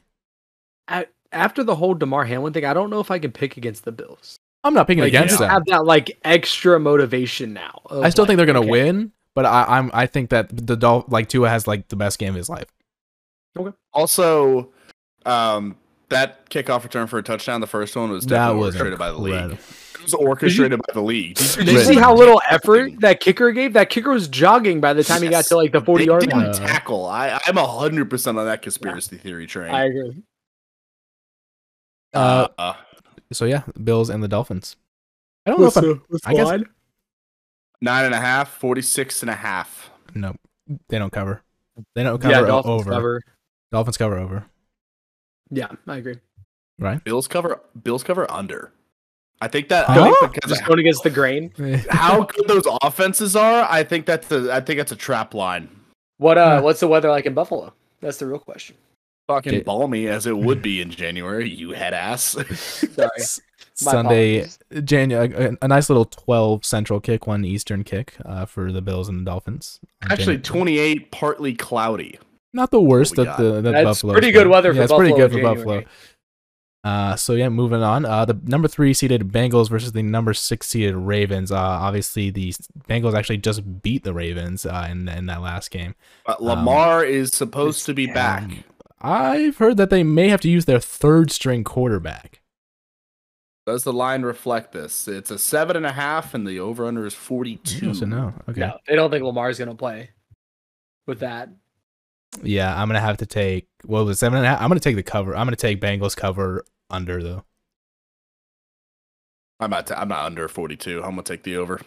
B: I, after the whole Demar Hamlin thing, I don't know if I can pick against the Bills.
A: I'm not picking
B: Like,
A: against
B: you
A: them.
B: have that like extra motivation now. of,
A: I still think
B: like,
A: they're gonna
B: okay,
A: win, but I, I'm I think that the Dol- like Tua has like the best game of his life.
C: Also, um, that kickoff return for a touchdown, the first one was
A: That
C: definitely
A: was
C: orchestrated by the league.
A: incredible.
C: It was orchestrated by the league.
B: Did you see how little effort that kicker gave? That kicker was jogging by the time he got
C: Yes.
B: to like the forty
C: they
B: yard
C: didn't
B: line.
A: line.
C: tackle? I, I'm hundred percent on that conspiracy theory train.
B: I agree.
A: Uh,
C: uh,
A: So yeah, Bills and the Dolphins. I don't know if I'm, I guess-
B: line?
C: nine and a half, 46 and a half.
A: no, they don't cover. They don't cover
B: Yeah,
A: o-
B: Dolphins
A: over.
B: cover.
A: Dolphins cover over.
B: Yeah, I agree.
A: Right?
C: Bills cover. Bills cover under. I think that I
A: Huh?
C: think because
B: Just going against the grain.
C: how good those offenses are. I think that's a. I think that's a trap line.
B: What uh?
A: Yeah.
B: What's the weather like in Buffalo? That's the real question.
C: Fucking
A: Dude.
C: balmy as it would be in January, you head ass.
B: Sorry.
A: S-
B: My
A: Sunday,
B: apologies.
A: January, a, a nice little 12 central kick, one Eastern kick uh, for the Bills and the Dolphins. on
C: Actually,
A: Janu-
C: 28, partly cloudy.
A: Not the worst
C: we
A: that
C: got.
A: the that
B: Oh That's
A: Buffalo.
B: pretty good weather for
A: yeah, it's
B: Buffalo
A: pretty good
B: in
A: for
B: January.
A: Buffalo. Uh, so yeah, moving on. Uh, the number three seeded Bengals versus the number six seeded Ravens. Uh, obviously the Bengals actually just beat the Ravens uh, in in that last game.
C: Uh,
B: Um,
C: Lamar is supposed to be
A: um,
C: back.
A: I've heard that they may have to use their third string quarterback.
C: Does the line reflect this? It's a seven and a half, and the over under is
A: Oh,
C: 42.
A: So no, okay,
B: No, they don't think Lamar's going to play with that.
A: yeah, I'm gonna have to take what was it, seven and a half. I'm gonna take the cover. I'm gonna take Bengals cover under though.
C: I'm not. I'm not under 42. I'm gonna take the over.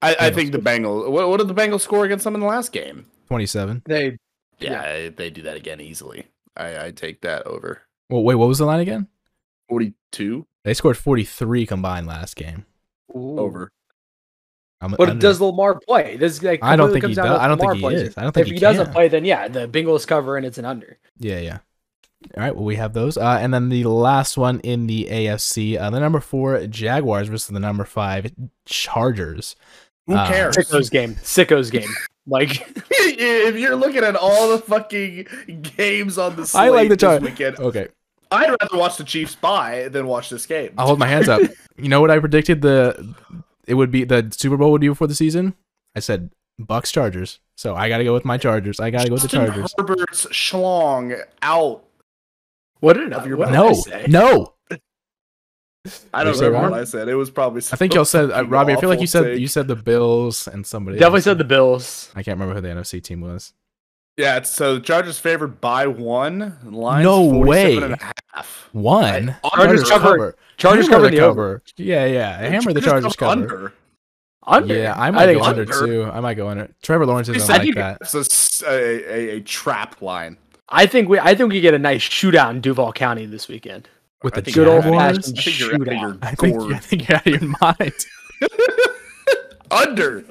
C: I, I think the Bengals. What, what did the Bengals score against them in the last game?
A: 27.
B: They
C: Yeah,
B: Yeah.
C: I- they do that again easily. I, I take that over.
A: Well, wait, what was the line again?
C: 42
A: They scored 43 combined last game.
C: over.
A: I'm
B: But
A: under.
B: does Lamar play? This like
A: I don't think he
B: completely comes down to
A: does. I don't think
B: Lamar
A: he
B: plays
A: is.
B: it.
A: I don't think
B: if
A: he
B: he, doesn't
A: can.
B: play, then yeah, the Bengals cover and it's an under.
A: Yeah, yeah. All right, well, we have those. Uh, and then the last one in the AFC, uh, the number four Jaguars versus the number five Chargers.
C: Who
A: Uh,
C: cares?
B: Sicko's game. Sicko's game. Like
C: if you're looking at all the fucking games on the slate
A: I like the
C: this
A: Chargers.
C: weekend,
A: Okay,
C: I'd rather watch the Chiefs buy than watch this game.
A: I'll hold my hands up. you know what I predicted the it would be the Super Bowl would be before the season? I said Bucks Chargers. So I got to go with my Chargers. I got to go with the
C: Justin
A: Chargers.
C: Herbert's schlong out.
B: what did
C: Of
B: I,
C: your
B: what did I
A: No,
B: say?
A: no.
C: I
A: Did
C: don't
A: you say
C: remember what
A: Ron?
C: I said. It was probably.
A: I think y'all said uh,
C: fucking
A: Robbie. I feel like you
C: awful
A: said
C: take.
A: you said the Bills and somebody.
B: Definitely
A: else.
B: said the Bills.
A: I can't remember who the NFC team was.
C: Yeah, it's- so the Chargers favored by one. Lines
A: No
C: 47
A: way.
C: and a half.
A: One.
C: I-
B: Chargers cover. Chargers
A: Hammer
B: cover
A: the
B: the over.
A: Yeah, yeah. Hammer the Chargers cover.
C: Under.
B: Under.
A: Yeah, I might
B: I think
A: go
B: it's
A: under,
C: under.
A: too. I might go under. Trevor Lawrence
C: I
A: isn't like
C: think
A: that.
C: It's a s- a, a- a trap line.
B: I think we I think we get a nice shootout in Duval County this weekend.
A: With
C: I
A: the
C: think
B: good
C: you're
B: old
C: out of your-
A: Jaguars.
B: fashioned
C: I think you're
A: I think,
B: shootout.
C: out of your gourd.
A: I think you're out of your mind.
C: under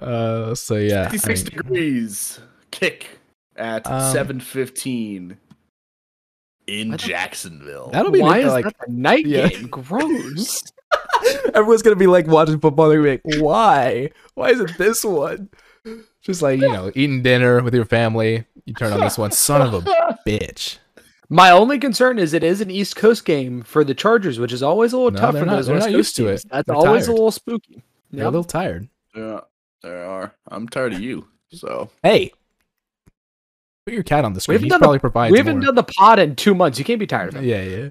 A: Uh, so yeah, I
C: 56
A: mean,
C: degrees kick at
A: Um,
C: 7:15 in
B: I don't-
C: Jacksonville.
A: that'll be
B: Why
A: nice,
B: is
A: like
B: that a night
A: yeah.
B: game? Gross.
A: everyone's gonna be like watching football. They're gonna be like, why? Why is it this one? Just like you know, eating dinner with your family, you turn on this one. Son of a bitch.
B: My only concern is it is an East Coast game for the Chargers, which is always a little
A: No,
B: tough
A: they're
B: for
A: not-
B: those
A: they're
B: West
A: not
B: Coast
A: used to
B: teams.
A: it.
B: That's
A: They're
B: always
A: tired.
B: a little spooky.
A: They're
B: Yep.
A: a little tired.
C: Yeah, there are. I'm tired of you. So
A: Hey, put your cat on the screen.
B: haven't
A: He
B: done the-
A: probably provides.
B: we haven't
A: more.
B: done the pod in two months. You can't be tired of it.
A: Yeah, yeah.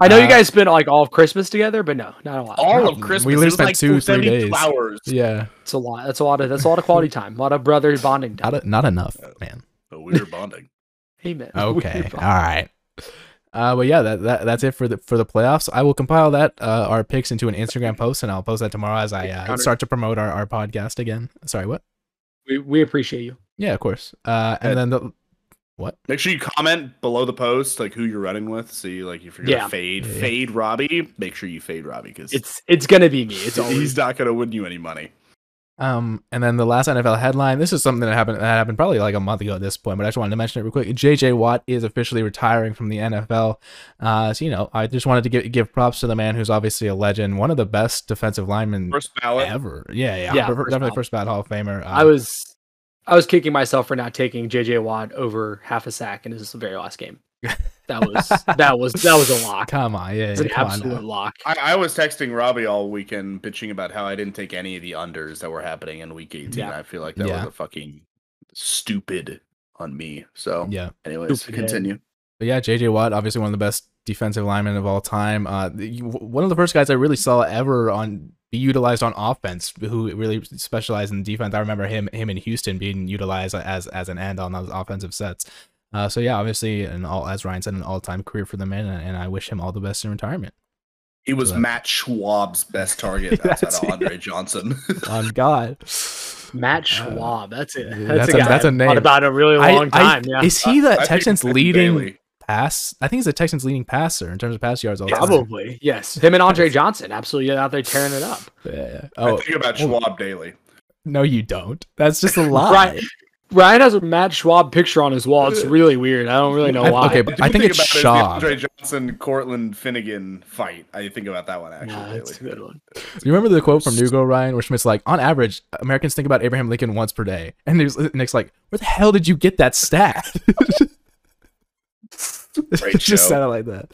B: I know
A: Uh,
B: you guys spent like all of Christmas together, but no, not a lot.
C: all
A: we
C: of Christmas.
A: literally
C: it was
A: spent
C: like
A: two, three
C: 72
A: days.
C: hours.
A: Yeah,
B: It's a lot. That's a lot of that's a lot of quality time. A lot of brother bonding time.
A: not, not enough, man.
C: But we were bonding.
B: Amen.
A: Okay, all right. Uh, but yeah, that, that that's it for the for the playoffs. I will compile that uh, our picks into an Instagram post, and I'll post that tomorrow as I uh,
B: Connor.
A: start to promote our, our podcast again. Sorry, what?
B: we, we appreciate you.
A: Yeah, of course. Uh,
C: Yeah.
A: and then the
C: Make sure you comment below the post like who you're running with. See like if you're gonna
B: Yeah.
C: fade
A: Yeah.
C: fade Robbie, make sure you fade Robbie because
B: It's it's gonna be me. It's always
C: he's not gonna win you any money.
A: Um, and then the last NFL headline. This is something that happened that happened probably like a month ago at this point, but I just wanted to mention it real quick. J.J. Watt is officially retiring from the NFL. Uh, so you know, I just wanted to give give props to the man who's obviously a legend, one of the best defensive linemen
C: First ballot.
A: ever. Yeah, yeah,
B: Yeah,
A: per-
B: first
A: definitely
B: ballot.
A: first ballot Hall of Famer. Uh,
B: I was I was kicking myself for not taking JJ Watt over half a sack in his very last game. That was that was that was a lock.
A: Come on, yeah,
B: It's
A: yeah,
B: an
A: come on now.
B: absolute lock.
C: I, I was texting Robbie all weekend bitching about how I didn't take any of the unders that were happening in week 18.
B: Yeah.
C: I feel like that
A: Yeah.
C: was a fucking stupid on me. So,
A: Yeah.
C: anyways,
B: Stupid head.
C: continue.
A: But yeah, JJ Watt, obviously one of the best defensive linemen of all time. Uh, the- you- one of the first guys I really saw ever on be utilized on offense, who really specialized in defense. I remember him him in Houston being utilized as as an end on those offensive sets. Uh, so yeah, obviously, an all as Ryan said, an all time career for the man, and, and I wish him all the best in retirement.
C: He was
A: Well-
C: Matt Schwab's best target outside
A: That's-
C: of Andre Johnson.
A: On Um, God, Uh,
B: Matt Schwab. That's it.
A: yeah,
B: That's,
A: that's
B: a,
A: a-
B: guy.
A: that's a
B: I've
A: name.
B: Thought about a really
A: I-
B: long
A: I-
B: time. yeah.
A: is he the
C: I picked
A: Texans
C: Vic
A: leading
C: Bailey.
A: pass? I think he's the Texans leading passer in terms of pass yards. All time.
B: Probably. Yes. Him and Andre Johnson. Absolutely out there tearing it up.
A: Yeah, yeah.
C: I
A: Oh
C: think about
A: hold on.
C: Schwab daily.
A: no, you don't. That's just a lie.
B: Right. Ryan has a Matt Schwab picture on his wall. It's really weird. I don't really know
A: Uh, I-
B: why.
A: okay,
C: do
A: but I think it's
C: about is the
A: Schwab.
C: Andre Johnson, Cortland Finnegan fight. I think about that one actually.
B: Nah, it's a
C: daily.
B: good one.
A: Do you remember the quote from Nugo Ryan where Schmidt's like, on average, Americans think about Abraham Lincoln once per day? And there's- Nick's like, where the hell did you get that stat?
C: Great
A: it just
C: show.
A: sounded like that.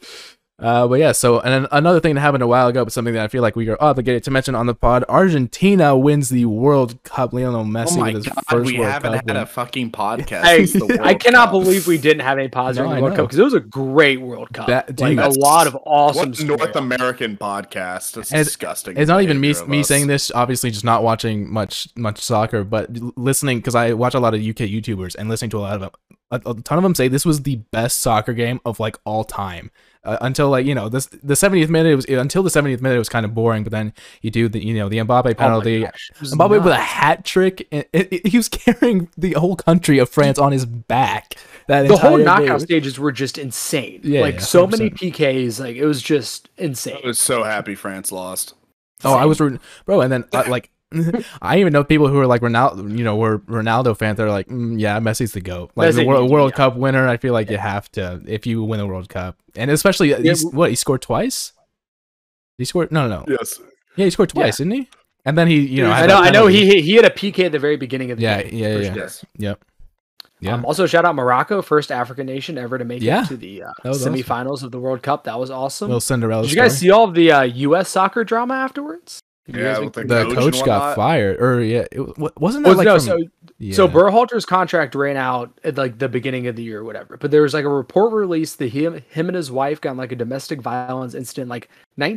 A: Uh, but yeah, so and an- another thing that happened a while ago, but something that I feel like we are obligated to mention on the pod: Argentina wins the World Cup. Lionel Messi with his first
C: Oh we
A: World
C: haven't
A: Cup.
C: had
A: win.
C: a fucking podcast.
B: Hey,
C: since the
B: I
C: World
B: cannot
C: Cup.
B: believe we didn't have any positive
A: No, I
B: in the World
A: know.
B: Cup because it was a great World Cup.
A: That- dude,
B: like, a
A: that's-
B: lot of awesome.
C: What North
B: scores.
C: American podcast? That's
A: And it's-
C: disgusting.
A: It's not even me
C: behavior of
A: me
C: us.
A: saying this. Obviously, just not watching much much soccer, but l- listening because I watch a lot of UK YouTubers and listening to a lot of them. A, a ton of them say this was the best soccer game of like all time. Uh, until like you know this the 70th minute it was until the 70th minute it was kind of boring. But then you do the you know the Mbappe
B: Oh my
A: penalty.
B: gosh, it was
A: Mbappe with a
B: nuts.
A: hat trick. and it- it- he was carrying the whole country of France on his back. That
B: the whole
A: entire game.
B: knockout stages were just insane.
A: Yeah,
B: like
A: yeah,
B: so many PKs. Like it was just insane.
C: I was so happy France lost.
A: Oh, I was rooting, bro. And then uh, like, I even know people who are like Ronaldo, you know, were Ronaldo fans. They're like, mm, yeah, Messi's the goat. Like the
B: Messi
A: World,
B: needs to
A: World
B: be
A: Cup winner. I feel like you have to if you win the World Cup, and especially uh,
B: Yeah,
A: he's, what he scored twice. He scored no, no, no.
C: Yes.
A: Yeah, he scored twice, didn't he? And then he, you know,
B: I
A: had
B: know.
A: that
B: I know.
A: penalty.
B: He he had a PK at the very beginning of the
A: Yeah,
B: game.
A: yeah,
B: for
A: yeah,
B: sure.
C: Yes.
A: Yep. Yeah.
B: Um, also, shout out Morocco, first African nation ever to make
A: Yeah,
B: it to the uh,
A: that was awesome.
B: semifinals of the World Cup. That was awesome.
A: Little Cinderella.
B: Did you guys
A: story.
B: see all of the uh, U.S. soccer drama afterwards? Have you
C: Yeah,
B: guys
C: with
B: been-
C: the
A: the
C: coach and
A: coach got
C: whatnot?
A: fired? Or yeah, it, wa- wasn't that
B: Well,
A: like
B: no,
A: from-
B: so
A: yeah.
B: so Burhalter's contract ran out at like the beginning of the year or whatever. But there was like a report released that him him and his wife got in, like a domestic violence incident like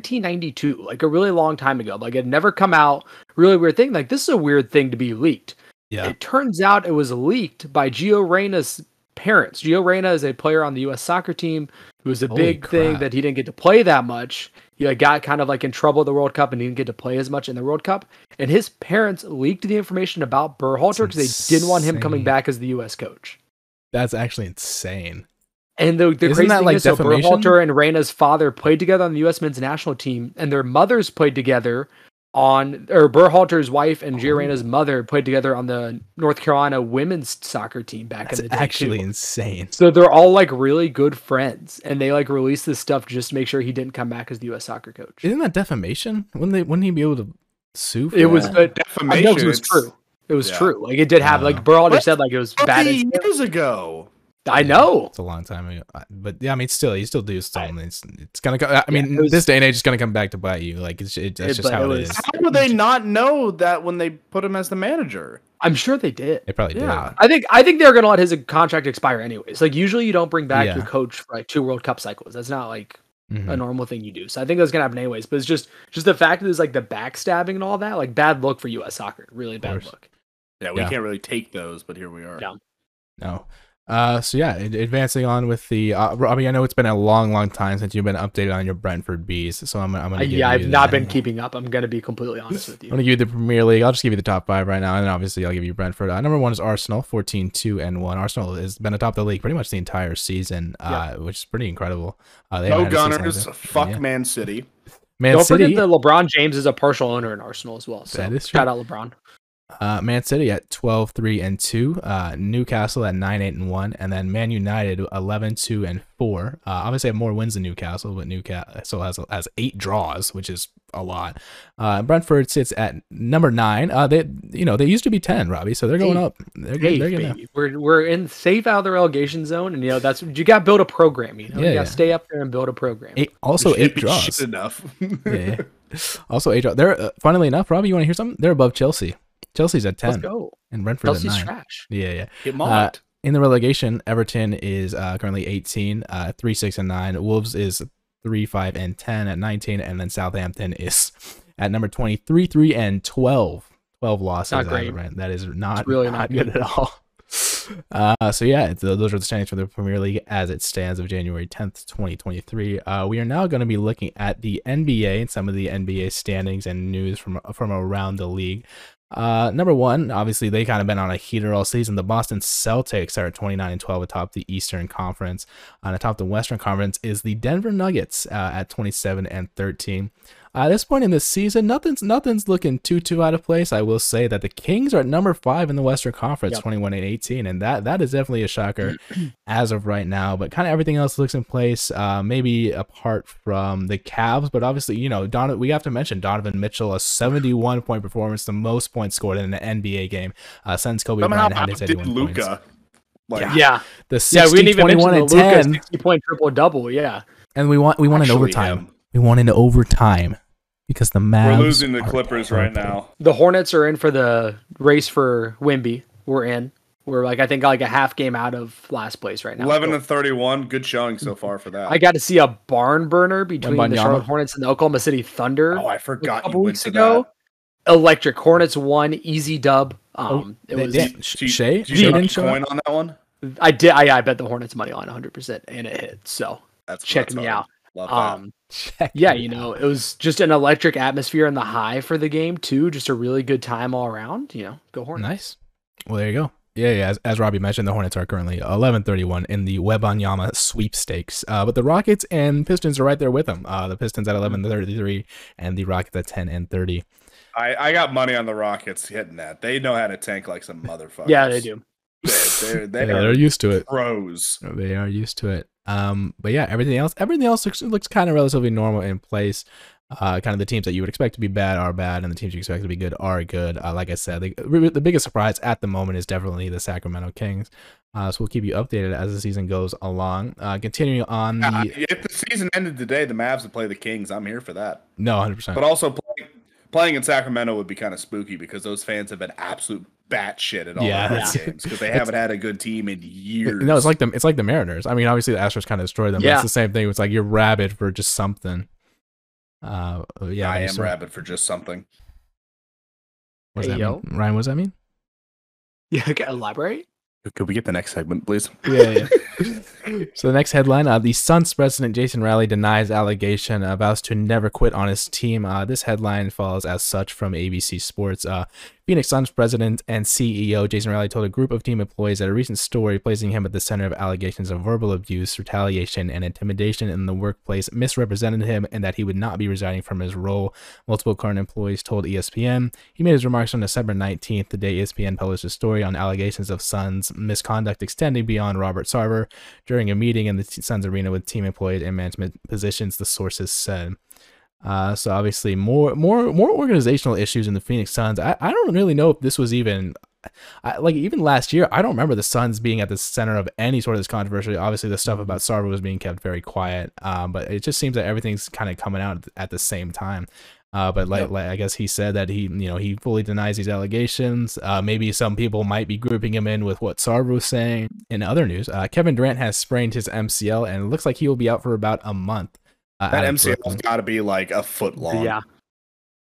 B: 1992, like a really long time ago. Like it had never come out. Really weird thing. Like this is a weird thing to be leaked.
A: yeah,
B: It turns out it was leaked by Gio Reyna's parents. Gio Reyna is a player on the U.S. soccer team. It was a
A: Holy
B: big thing
A: crap.
B: that he didn't get to play that much. He like, got kind of like in trouble at the World Cup and didn't get to play as much in the World Cup. And his parents leaked the information about Burhalter because
A: That's
B: they didn't want him coming
A: insane.
B: back as the U.S. coach.
A: that's actually insane.
B: And the, the
A: Isn't
B: crazy
A: that,
B: thing
A: like,
B: is, so
A: defamation?
B: Berhalter and Reyna's father played together on the U.S. men's national team, and their mothers played together on, or Berhalter's wife and Gio
A: Oh.
B: Reyna's mother played together on the North Carolina women's soccer team back
A: That's
B: in the day.
A: actually
B: too.
A: insane.
B: so they're all like really good friends, and they like released this stuff just to make sure he didn't come back as the U.S. soccer coach. It,
A: Isn't that defamation? Wouldn't they? Wouldn't he be able to sue? For
B: was,
A: that?
B: but I
C: Defamation.
B: know it was
C: it's
B: true. It was
C: Yeah.
B: true. Like it did happen.
A: Wow.
B: Like Berhalter
C: What?
B: said, like it was bad.
C: 30
B: as-
C: years ago.
B: I know.
A: it's a long time ago. I- But yeah, I mean, still, you still do something. It's, it's gonna. Go, I mean,
B: it was-
A: this day and age is gonna come back to bite you. Like it's it, that's
B: It-
A: just
B: but
A: how
B: it
A: it
B: was-
A: is.
C: How would they not know that when they put him as the manager?
B: I'm sure they did.
A: It probably
C: Yeah.
B: I think I think they're gonna let his contract expire anyways. Like usually you don't bring back
A: Yeah.
B: your coach for like two World Cup cycles. That's not like
A: did. Mhm.
B: a normal thing you do. So I think that's gonna happen anyways. But it's just just the fact that there's like the backstabbing and all that, like bad look for US soccer. Really bad
A: course.
B: look.
C: Yeah, we
A: Yeah.
C: can't really take those, but here we are.
B: Yeah.
A: No. Uh, so yeah, ad- advancing on with the uh, Robbie. I know it's been a long, long time since you've been updated on your Brentford bees. So I'm, I'm gonna.
B: I,
A: give
B: yeah,
A: you
B: I've
A: that.
B: not been keeping up. I'm gonna be completely honest with
A: I'm
B: you.
A: gonna give you the Premier League. I'll just give you the top five right now, and then obviously I'll give you Brentford. Uh, number one is Arsenal, 14, 2 and one. Arsenal has been atop the league pretty much the entire season, uh, which is pretty incredible. Uh, they
C: No
A: haven't had a six-man
C: Gunners.
A: win.
C: Fuck
A: Yeah.
C: Man City.
A: Man
B: Don't
A: City.
B: forget that LeBron James is a partial owner in Arsenal as well. So
A: That is true.
B: shout out LeBron.
A: Uh, Man City at 12, 3, and 2. Uh, Newcastle at 9, 8, and 1. And then Man United 11, 2, and 4. Uh, obviously, have more wins than Newcastle, but Newcastle has, has eight draws, which is a lot. Uh, Brentford sits at number nine. Uh, they you know they used to be ten, Robbie, so they're going
B: Eight.
A: up. They're,
B: Hey,
A: they're gonna-
B: baby, we're we're in safe out of the relegation zone, and you know that's you got to build a program. You
A: Yeah,
B: know, you
A: yeah.
B: got to stay up there and build a program.
A: eight, also
C: Should
A: eight
C: be
A: draws.
C: Shit enough.
A: yeah. Also eight draws. They're uh, funnily enough, Robbie. You want to hear something? They're above Chelsea. Chelsea's at
B: Let's
A: ten
B: go.
A: and Brentford's
B: Chelsea's
A: at nine.
B: trash.
A: Yeah, yeah.
C: Get mobbed.
A: In the relegation, Everton is uh, currently 18, uh, 3, 6, and 9. Wolves is 3, 5, and 10 at 19. And then Southampton is at number 23, 3, and 12. 12 losses.
B: Not
A: as of
B: great.
A: right- That is not,
B: It's really
A: not,
B: not
A: good at all. Uh, so, yeah, it's, those are the standings for the Premier League as it stands of January 10th, 2023. Uh, we are now going to be looking at the NBA and some of the NBA standings and news from, from around the league. Uh, number one, obviously they kind of been on a heater all season. The Boston Celtics are at 29 and 12 atop the Eastern Conference. On atop the Western Conference is the Denver Nuggets uh, at 27 and 13. Uh, at this point in this season, nothing's nothing's looking too too out of place. I will say that the Kings are at number five in the Western Conference,
B: Yep.
A: 21 and 18, and that that is definitely a shocker as of right now. But kind of everything else looks in place, uh, maybe apart from the Cavs. But obviously, you know, Don, we have to mention Donovan Mitchell, a 71 point performance, the most points scored in an NBA game uh, since Kobe
C: Somehow
A: Bryant had his
C: did
A: 81 points.
C: Luca. Like,
B: Yeah, yeah.
A: The 16,
B: we didn't even
A: 21
B: mention
A: and
B: the Luka's
A: 10,
B: sixty-point triple-double. Yeah,
A: and we want we won in
C: Actually,
A: overtime.
C: him.
A: We won in overtime because the Mavs
E: We're losing the
A: are
E: Clippers right
A: terrible.
E: now.
B: the Hornets are in for the race for Wimby. We're in. We're like I think like a half game out of last place right now.
E: Eleven and thirty-one. Good showing so far for that.
B: I got to see a barn burner between the
A: Wembanyama.
B: Charlotte Hornets and the Oklahoma City Thunder.
C: Oh, I
B: a
C: forgot you
B: couple
C: went
B: weeks
C: to
B: ago.
C: that.
B: Electric Hornets won easy dub. Um, it
A: Oh, they
B: was
A: did.
C: Did
A: Sh-
C: you-
A: Shea?
C: did you
A: Shea
C: drop
A: didn't
C: the
A: show up?
C: coin on that one?
B: I did I, I bet the Hornets money on 100 percent and it hit. So
C: That's
B: Check
C: that's
B: me
C: hard.
B: out.
C: Love that.
B: um, yeah, you know it was just an electric atmosphere in the high for the game too. Just a really good time all around. You know, go Hornets.
A: Nice. Well, there you go. Yeah, yeah. As, as Robbie mentioned, the Hornets are currently 11:31 in the Webanyama sweepstakes. Uh, but the Rockets and Pistons are right there with them. Uh, the Pistons at 11:33 and the Rockets at 10 and 30.
E: I, I got money on the Rockets hitting that. They know how to tank like some motherfuckers.
B: Yeah, they do.
E: They, they,
A: Yeah,
E: are
A: they're used to it.
E: pros.
A: They are used to it. Um, but yeah, everything else, everything else looks, looks kind of relatively normal in place. Uh, kind of the teams that you would expect to be bad are bad, and the teams you expect to be good are good. Uh, like I said, the, re- the biggest surprise at the moment is definitely the Sacramento Kings. Uh, so we'll keep you updated as the season goes along. Uh, continuing on the
E: Uh, if the season ended today, the Mavs would play the Kings. I'm here for that.
A: no, hundred percent.
E: But also playing, playing in Sacramento would be kind of spooky because those fans have been absolute batshit at all
A: Yeah,
E: their
A: that's-
E: games because they
A: it's-
E: haven't had a good team in years.
A: No, it's like the it's like the Mariners. I mean, obviously the Astros kind of destroyed them. but
B: Yeah.
A: It's the same thing. It's like you're rabid for just something. Uh, yeah,
E: I
A: you
E: am
A: sort-
E: rabid for just something.
A: What does
B: Hey,
A: that
B: yo.
A: mean? Ryan, what does that mean?
B: Yeah, okay, elaborate.
C: Could we get the next segment, please?
A: yeah. yeah. so the next headline: uh, The Suns president Jason Riley denies allegation, uh, vows to never quit on his team. Uh, this headline follows as such from ABC Sports. Uh, Phoenix Suns president and CEO Jason Riley told a group of team employees at a recent story placing him at the center of allegations of verbal abuse, retaliation, and intimidation in the workplace misrepresented him and that he would not be resigning from his role. Multiple current employees told E ESPN. He made his remarks on December 19th, the day E ESPN published a story on allegations of Suns misconduct extending beyond Robert Sarver during a meeting in the Suns arena with team employees and management positions, the sources said. Uh, so obviously more more more organizational issues in the Phoenix Suns. I, I don't really know if this was even I, like even last year, I don't remember the Suns being at the center of any sort of this controversy. Obviously, the stuff about Sarver was being kept very quiet, um, but it just seems that everything's kind of coming out at the same time. Uh, but like, like, I guess he said that he, you know, he fully denies these allegations. Uh, maybe some people might be grouping him in with what Sarver was saying. In other news, uh, Kevin Durant has sprained his MCL and it looks like he will be out for about a month. Uh, out
E: That
A: of
E: MCL's
A: Brooklyn.
E: got to be like a foot long.
B: Yeah,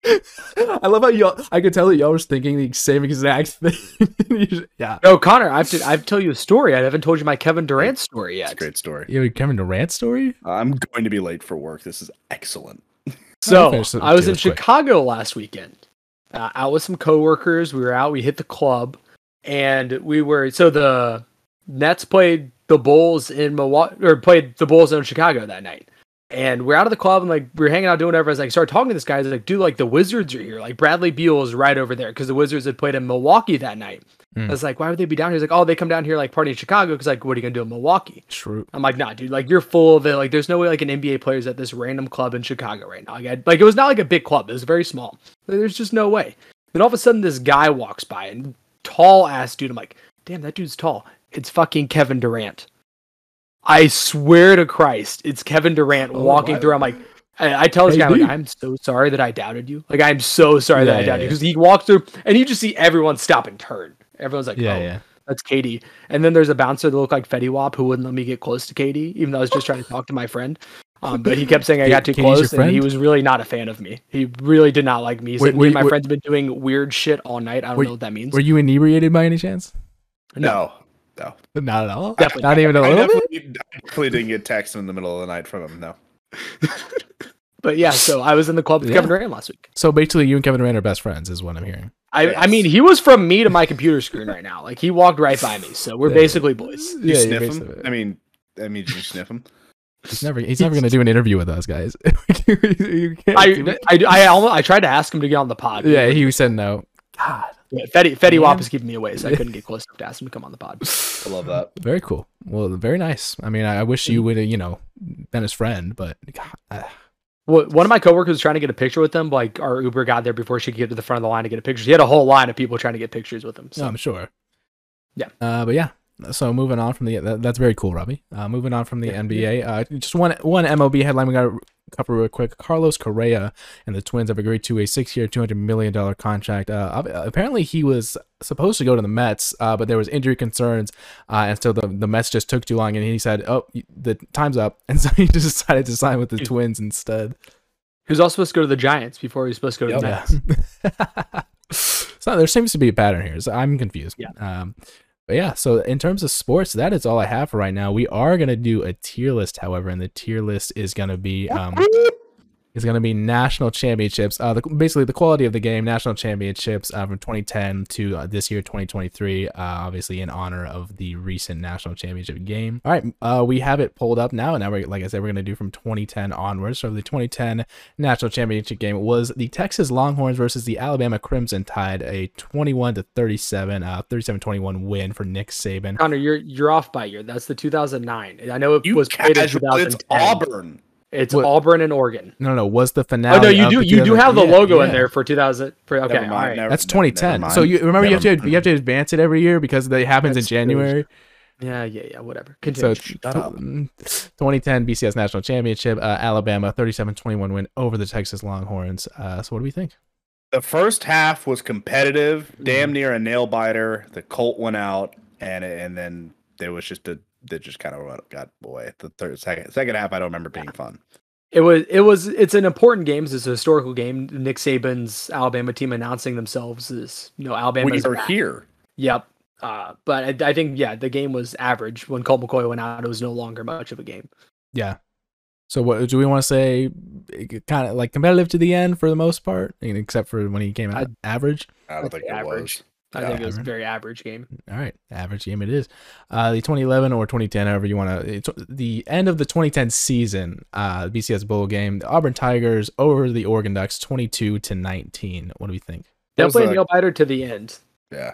A: I love how y'all. I could tell that y'all was thinking the same exact thing. yeah.
B: no, Connor, I've to, I've told you a story. I haven't told you my Kevin Durant story
C: It's a
B: yet.
C: great story.
A: You have a Kevin Durant story?
C: I'm going to be late for work. This is excellent.
A: I'll
B: So
A: finish the-
B: I was
A: do
B: in
A: this quick.
B: Chicago last weekend, uh, out with some coworkers. We were out. We hit the club, and we were so the Nets played the Bulls in Milwaukee or played the Bulls in Chicago that night. And we're out of the club and like we're hanging out doing whatever. As I started talking to this guy, he's like, "Dude, like the Wizards are here. Like Bradley Beal is right over there because the Wizards had played in Milwaukee that night."
A: Mm.
B: I was like, why would they be down here? He's like, oh, they come down here like party in Chicago because like, what are you gonna do in Milwaukee?
A: True.
B: I'm like, nah, dude, like you're full of it. Like, there's no way like an NBA player is at this random club in Chicago right now. Like, I- like it was not like a big club; it was very small. Like, there's just no way. Then all of a sudden, this guy walks by and tall ass dude. I'm like, damn, that dude's tall. It's fucking Kevin Durant. I swear to Christ, it's Kevin Durant walking
A: wow.
B: through. I'm like, I, I tell this
A: Oh Hey,
B: guy, I'm
A: dude.
B: like, I'm so sorry that I doubted you. Like, I'm so sorry that I
A: Yeah,
B: doubted
A: yeah,
B: you because he walked through and you just see everyone stop and turn. Everyone's like,
A: Yeah,
B: oh,
A: yeah.
B: that's Katie. And then there's a bouncer that looked like Fetty Wap who wouldn't let me get close to Katie, even though I was just trying to talk to my friend. Um, but he kept saying I
A: Ka-
B: got too
A: Katie's your
B: close, and he
A: friend?
B: was really not a fan of me. He really did not like me. He
A: Wait,
B: said, me
A: wait,
B: and my
A: wait.
B: friend's been doing weird shit all night. I don't
A: Were-
B: know what that means.
A: Were you inebriated by any chance?
E: No,
A: Not at all.
B: Definitely
A: Not even a
E: I
A: little bit.
E: definitely, I definitely didn't get text in the middle of the night from him. No,
B: But yeah, so I was in the club with
A: Yeah.
B: Kevin Durant last week.
A: So basically, you and Kevin Durant are best friends, is what I'm hearing.
B: I, I
E: Yes.
B: mean, he was from me to my computer screen right now. Like he walked right by me, so we're
A: Yeah.
B: basically boys.
E: you
A: yeah, you're
E: sniff
A: basically-
E: him. I mean, I mean, did you sniff him?
A: he's never he's never gonna do an interview with us guys. You can't do
B: I
A: it.
B: I I, almost, I tried to ask him to get on the pod.
A: yeah, he said no. God,
B: Yeah, Fetty Fetty Wap
A: Man.
B: was keeping me away, so I couldn't get close enough to ask him to come on the pod.
E: I love that.
A: very cool. Well, very nice. I mean, I, I wish you would have, you know, been his friend, but God, I-
B: Well, one of my coworkers was trying to get a picture with him. but, Like our Uber got there before she could get to the front of the line to get a picture. He had a whole line of people trying to get pictures with him. So
A: I'm sure.
B: Yeah.
A: Uh, but yeah. So moving on from the that, that's very cool, Robbie. Uh, moving on from the NBA, uh, just one one MLB headline we got to cover real quick. Carlos Correa and the Twins have agreed to a six-year, two hundred million dollar contract. Uh, ob- apparently, he was supposed to go to the Mets, uh, but there was injury concerns, uh, and so the the Mets just took too long, and he said, "Oh, y- the time's up," and so he just decided to sign with the Twins instead.
B: he was also supposed to go to the Giants before he was supposed to go to the
A: Yeah.
B: Mets.
A: so there seems to be a pattern here. So I'm confused.
B: Yeah.
A: Um, but yeah, so in terms of sports, that is all I have for right now. We are gonna do a tier list, however, and the tier list is gonna be um, is gonna be national championships. Uh, the, basically the quality of the game, national championships uh, from 2010 to uh, this year 2023. Uh, obviously in honor of the recent national championship game. All right, uh, we have it pulled up now, and now we're like I said, we're gonna do from 2010 onwards. So the 2010 national championship game was the Texas Longhorns versus the Alabama Crimson Tide, a 21 to 37, uh, 37-21 win for Nick Saban.
B: Connor, you're you're off by a year. That's the 2009. I know it
E: You
B: was played in
E: casual. It's
B: 2010.
E: Auburn.
B: It's
A: What-
B: Auburn and Oregon.
A: No, no, was the finale.
B: Oh no, you
A: of
B: do
A: the
B: you do
A: 2000
B: have the
A: yeah,
B: logo in
A: yeah.
B: there for 2000. For, okay,
E: Never mind,
B: all right.
E: never-
A: That's
E: ne- never
A: 2010.
E: mind.
A: So you remember you have
E: Never
A: to you have to advance it every year because that happens in
B: That's huge.
A: January.
B: Yeah, yeah, yeah. Whatever.
A: So
B: Continue.
A: t- mm, 2010 BCS National Championship, uh, Alabama 37-21 win over the Texas Longhorns. Uh, so what do we think?
E: The first half was competitive,
B: Mm-hmm.
E: damn near a nail biter. The Colt went out, and and then there was just a that just kind of got away. The third second second half, I don't remember being fun.
B: It was it was it's an important game. It's a historical game. Nick Saban's Alabama team announcing themselves as you know Alabama.
E: We are here.
B: Yep. Uh, but I, I think yeah, the game was average. When Colt McCoy went out, it was no longer much of a game.
A: Yeah. So what do we want to say? Kind of like competitive to the end for the most part, I mean, except for when he came out average.
E: I don't
B: I'd
E: think
B: say
E: it
B: average.
E: was.
B: I
E: Yeah,
B: think it was a
A: average.
B: very average game.
A: All right, average game it is. Uh, the 2011 or 2010, however you want to. The end of the 2010 season, uh, BCS bowl game, the Auburn Tigers over the Oregon Ducks, 22 to 19. What do we think?
E: That
B: That
E: was
B: played
E: a-
B: nail biter to the end.
E: Yeah.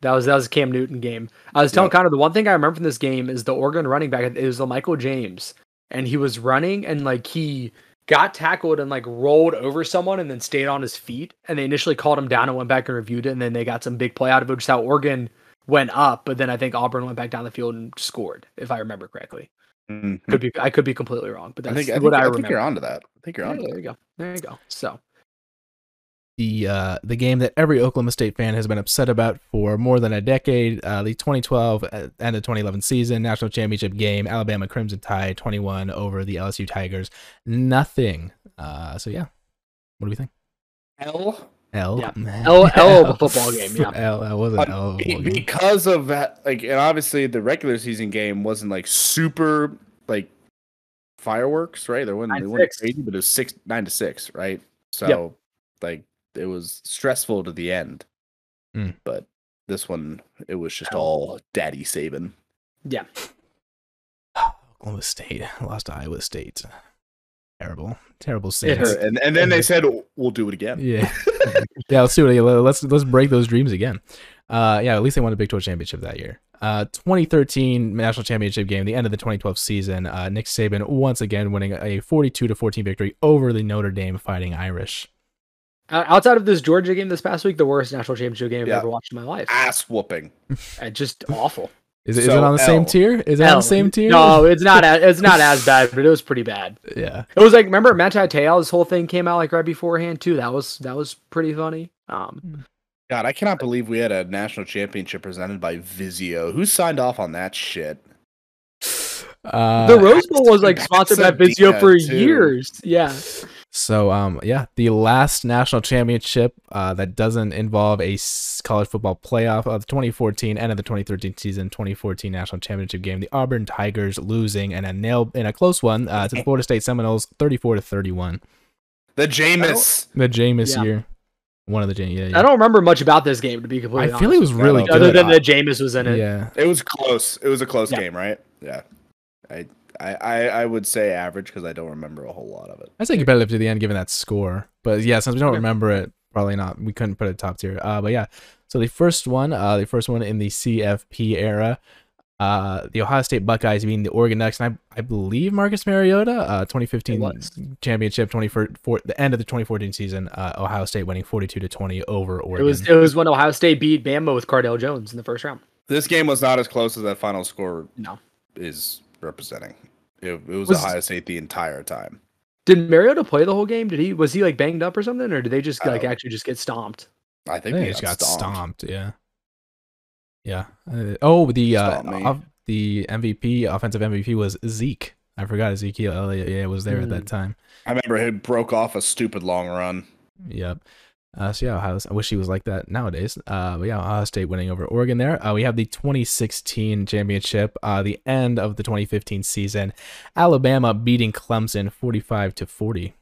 B: That was that was a Cam Newton game. I was telling
E: Yep.
B: Connor the one thing I remember from this game is the Oregon running back. It was the Michael James, and he was running and like he got tackled and like rolled over someone and then stayed on his feet. And they initially called him down and went back and reviewed it, and then they got some big play out of it, which is how Oregon went up. But then I think Auburn went back down the field and scored, if I remember correctly.
E: Mhm.
B: Could be I could be completely wrong, but
E: I
B: that's
E: think I think,
B: what I,
E: I
B: remember.
E: think you're onto that. I think you're
B: Yeah,
E: onto
B: there
E: that.
B: you go. There you go. So
A: the uh, the game that every Oklahoma State fan has been upset about for more than a decade, uh, the 2012 uh, and the 2011 season national championship game, Alabama Crimson Tide 21 over the LSU Tigers, nothing. Uh, so yeah, what do we think?
E: Hell,
A: L
B: Yeah. L- L of a football game, yeah. Uh,
A: L that was an L of a
E: Be-
A: football game.
E: because of that, like, and obviously the regular season game wasn't like super like fireworks, right? There wasn't,
B: Nine
E: they
B: to
E: weren't
B: six.
E: crazy, but it was six nine to six, right? So like it was stressful to the end,
A: Mm.
E: but this one it was just all Daddy Saban.
B: yeah,
A: Oklahoma State lost to Iowa State. Terrible, terrible
B: It
A: Saints.
B: hurt.
E: And and then they said we'll do it again.
A: Yeah, yeah. Let's do it. Let's let's break those dreams again. Uh, yeah, at least they won the Big 12 championship that year. Uh, 2013 national championship game, the end of the 2012 season. Uh, Nick Saban once again winning a 42 to 14 victory over the Notre Dame Fighting Irish.
B: O- Outside of this Georgia game this past week, the worst national championship game I've
C: Yeah.
B: ever watched in my life.
C: Ass whooping.
B: Uh, Just awful.
A: Is it, is
C: So,
A: it on the same
C: L.
A: tier? Is it on
B: Hell,
A: the same tier?
B: No, it's not. a- It's not as bad, but it was pretty bad.
A: Yeah.
B: It was like remember Matt Tateao's whole thing came out like right beforehand too. That was that was pretty funny. Um,
C: God, I cannot believe we had a national championship presented by Vizio. Who signed off on that shit?
A: Uh,
B: the Rose Bowl was like
C: Pasadena,
B: sponsored by Vizio for
C: too.
B: years. Yeah,
A: So um yeah, the last national championship uh, that doesn't involve a s- college football playoff of the 2014 and of the 2013 season, 2014 national championship game, the Auburn Tigers losing and a nail in a close one uh,
B: Eh.
A: to the Florida State Seminoles, 34 to 31.
C: The Jameis.
A: The Jameis
B: Yeah.
A: year, one of the Jameis. Yeah, yeah.
B: I don't remember much about this game to be
A: I
B: completely.
A: feel it
B: honest.
A: was really
C: I don't-
A: good.
B: other
C: good.
B: than that Jameis was in it.
A: yeah,
C: It was close. It was a close
B: Yeah.
C: game, right? Yeah. I, I I I would say average because I don't remember a whole lot of it.
A: I say competitive to the end given that score. But yeah, since we don't
B: Yeah.
A: remember it, probably not. We couldn't put it top tier. Uh, but yeah, so the first one, uh, the first one in the CFP era, uh, the Ohio State Buckeyes beating the Oregon Ducks, and I, I believe Marcus Mariota, uh, 2015
B: It was.
A: championship, 24, the end of the 2014 season, uh, Ohio State winning 42 to 20 over
B: It
A: Oregon.
B: was it was when Ohio State beat Bama with Cardell Jones in the first round.
C: This game was not as close as that final score
B: No.
C: is representing. It, it was,
B: Was-
C: Ohio State the entire time.
B: Did Mariota play the whole game? Did he was he like banged up or something, or did they just like
C: Oh.
B: actually just get stomped?
C: I think
A: I
C: they
A: think it just got stomped. Yeah. Yeah. Uh, oh, the uh,
C: Stomp me.
A: of- the MVP, offensive MVP was Zeke. I forgot Ezekiel Elliott. Yeah, was there at that time.
C: I remember he broke off a stupid long run.
A: Yep. Uh, so yeah, Ohio, I wish he was like that nowadays. Uh, but yeah, Ohio State winning over Oregon there. Uh, we have the 2016 championship, uh, the end of the 2015 season. Alabama beating Clemson 45 to 40.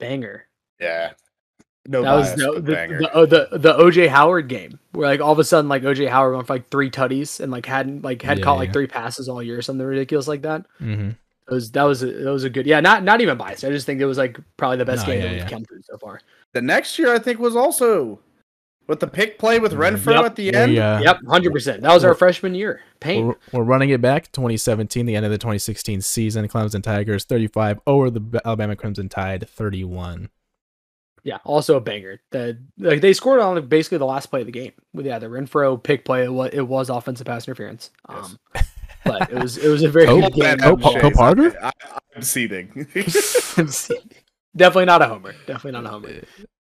B: Banger.
C: Yeah. No
B: that was
C: bias,
B: the
C: but banger.
B: the, the, oh, the the OJ Howard game where like all of a sudden like OJ Howard went for like three tutties and like hadn't like had
A: Yeah,
B: caught like
A: yeah.
B: three passes all year or something ridiculous like that.
A: Mm-hmm.
B: It was that was a, that was a good yeah not not even biased. I just think it was like probably the best
A: No,
B: game
A: yeah,
B: that we've
A: yeah.
B: come through so far.
C: The next year, I think, was also with the pick play with
A: Mhm.
C: Renfro
B: Mm, Yep.
C: at the end.
B: yep, hundred percent. That was our
A: Well-
B: freshman year. Pain.
A: We're, we're running it back 2017, the end of the 2016 season. Clemson Tigers 35 over the B- Alabama Crimson Tide 31.
B: Yeah, also a banger. The like they scored on basically the last play of the game. With yeah, the Renfro pick play. It was, it was offensive pass interference.
C: Yes.
B: Um, but it was it was a very
A: Hope
B: good game.
A: that- Hope- Hope- Hope Harder?
C: I, am seething.
B: Definitely not a homer. Definitely not a homer.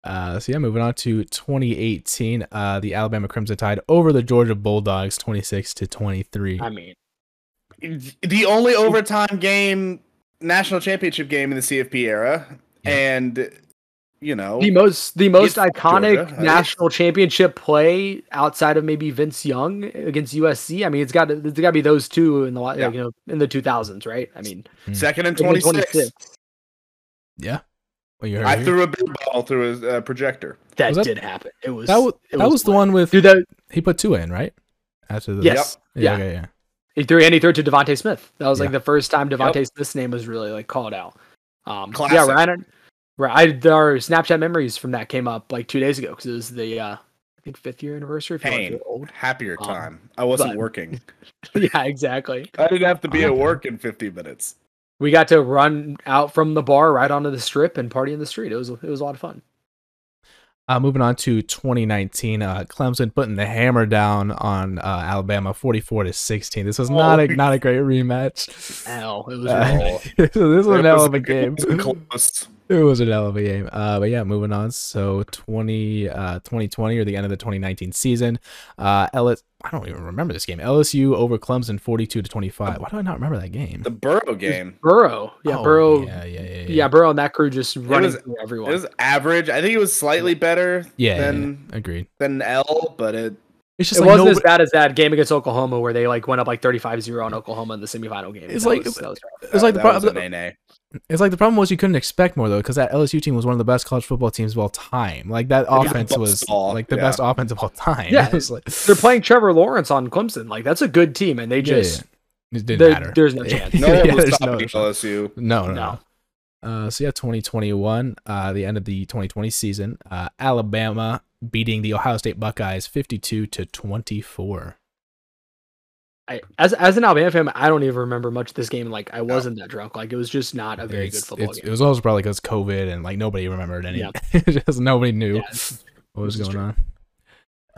A: Uh, so yeah, moving on to 2018, uh, the Alabama Crimson Tide over the Georgia Bulldogs 26 to 23.
B: I mean,
C: the only overtime game, national championship game in the CFP era,
A: Yeah.
C: and you know,
B: the most the most
C: It's
B: iconic
C: oh, Georgia, huh?
B: national championship play outside of maybe Vince Young against USC. I mean, it's got to, it's got to be those two in the la-
C: Yeah.
B: like, you know in the two thousands, right? I mean,
C: second and
B: it's been
C: twenty six.
B: 26.
A: yeah. Well, you heard
C: I
A: it
C: threw a beer ball through a uh, projector.
B: That,
A: Was that-
B: did happen. It was
A: here. that was,
B: it
A: that was the
B: wild.
A: one with
B: Dude, that
A: he put two in, right? After the
B: yes,
A: Yeah,
B: yeah.
A: okay, yeah.
B: He threw and he threw it to Devonte Smith. That was like
A: Yeah.
B: the first time Devonte Smith's name was really like called out. Um, yeah,
C: Classic.
B: Ryan. Right, I, our Snapchat memories from that came up like two days ago because it was the uh, I think fifth year anniversary. If you want to
C: Pain.
B: feel old.
C: Happier
B: Um,
C: time. I wasn't
B: but-
C: working.
B: yeah, exactly.
C: I didn't have to be
A: I
C: at
A: like that.
C: work in fifty minutes.
B: We got to run out from the bar right onto the strip and party in the street. It was it was a lot of fun.
A: Uh, moving on to 2019, uh, Clemson putting the hammer down on uh, Alabama 44 to 16. This was not a
C: Oh.
A: not a great rematch.
B: Ow, it was
A: Uh,
B: really-
A: this was
C: It
A: an hell of a
C: it
A: game.
C: wasn't close.
A: It was an hell of a game. Uh, but yeah, moving on. So 20, uh, 2020 or the end of the 2019 season. Uh, LS, I don't even remember this game. LSU over Clemson 42 to 25. Why do I not remember that game?
C: The Burrow game.
B: Burrow. Yeah,
A: Oh,
B: Burrow. Yeah,
A: Yeah, yeah, yeah.
B: Burrow and that crew just running
C: was-
B: through
C: It
B: everyone.
C: was average. I think it was slightly better
A: Yeah, yeah,
C: than
A: yeah. Agreed.
C: than L, but it
A: It's just
B: it
A: like
B: wasn't as
A: nobody-
B: bad as that game against Oklahoma where they like went up like 35-0 on Oklahoma in the semifinal game.
A: It's
B: That
A: like-
B: was- that was rough.
A: it's like the
C: that was
A: problem.
C: a nay-nay.
A: It's like the problem was you couldn't expect more though, because that LSU team was one of the best college football teams of all time. Like that
C: was
A: offense
C: best
A: was
C: of all,
A: like the
C: yeah.
A: best offense of all time.
B: Yeah,
A: It was like,
B: they're playing Trevor Lawrence on Clemson. Like that's a good team, and they
A: Yeah, yeah,
B: just
A: yeah. It didn't
B: there-
A: matter.
B: there's no chance.
C: No one
A: Yeah,
C: was
A: there's no
C: stopping
A: chance.
C: LSU.
A: No, no.
B: No.
A: no. Uh, so yeah, 2021, uh, the end of the 2020 season, uh, Alabama beating the Ohio State Buckeyes 52 to 24.
B: I, as as an Alabama fan, I don't even remember much of this game. Like I wasn't that drunk. Like it was just not a very
A: It's-
B: good football
A: it's- It
B: game.
A: was also probably because COVID and like nobody remembered any. just nobody knew
B: Yeah, this
A: what was
B: this is
A: going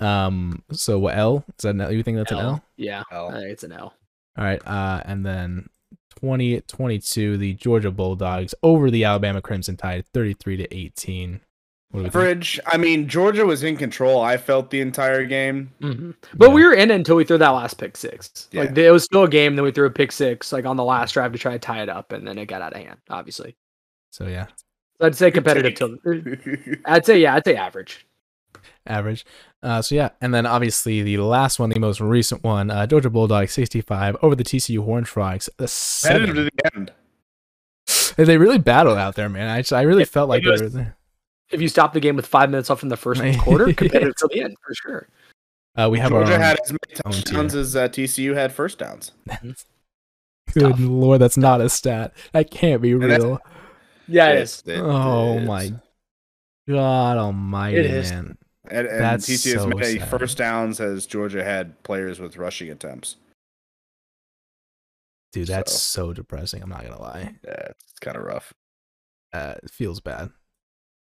A: on. Um. So what L is that? An L? You think that's an L?
B: Yeah,
C: L.
B: I think it's an L.
A: All right. Uh. And then 2022, the Georgia Bulldogs over the Alabama Crimson Tide, 33 to 18. What do we think?
C: Average. I mean, Georgia was in control. I felt the entire game.
B: Mhm. But we
A: Yeah.
B: were in it until we threw that last pick six.
C: Yeah.
B: Like it was still a game. Then we threw a pick six, like on the last drive to try to tie it up, and then it got out of hand. Obviously,
A: So yeah,
B: so I'd say competitive. Till, I'd say yeah, I'd say average.
A: average. Uh. So yeah. And then obviously the last one, the most recent one, uh, Georgia Bulldogs 65 over the TCU Horned Frogs. The
C: Competitive
A: seven.
C: to the end.
A: They really battled out there, man. I just, I really felt like
B: it
A: they
B: was-
A: were there.
B: If you stop the game with five minutes left in the first quarter, competitive till the end for sure.
A: Uh, we have
C: Georgia
A: our own-
C: had as many
A: own tier.
C: touchdowns as uh, TCU had first downs.
A: Good
B: Tough.
A: lord, that's not a stat. That can't be
C: that's-
A: real.
B: Yeah, it is.
A: oh
C: is.
A: my god almighty
B: It is.
A: man.
C: And, and
A: That's
C: TCU has
A: so
C: many
A: sad.
C: first downs as Georgia had players with rushing attempts.
A: Dude, that's so, depressing. I'm not gonna lie.
C: Yeah, it's kind of rough.
A: Uh, it feels bad.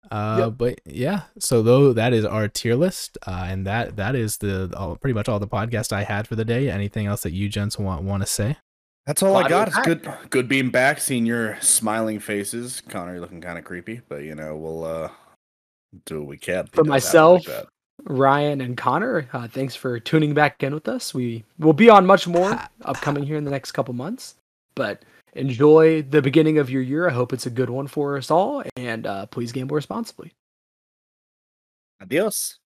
A: Uh, but yeah. So though that is our tier list, uh, and that that is the all, pretty much all the podcast I had for the day. Anything else that you gents want want to say?
C: That's all
B: Glad
C: I got.
B: we're
C: It's good, good being back, seeing your smiling faces. Connor, you're looking kind of creepy, but you know we'll uh, do what we can.
B: For
C: It does happen like
B: myself,
C: that.
B: Ryan and Connor, uh, thanks for tuning back in with us. We will be on much more upcoming here in the next couple months, but enjoy the beginning of your year. I hope it's a good one for us all, and uh, please gamble responsibly.
C: adios.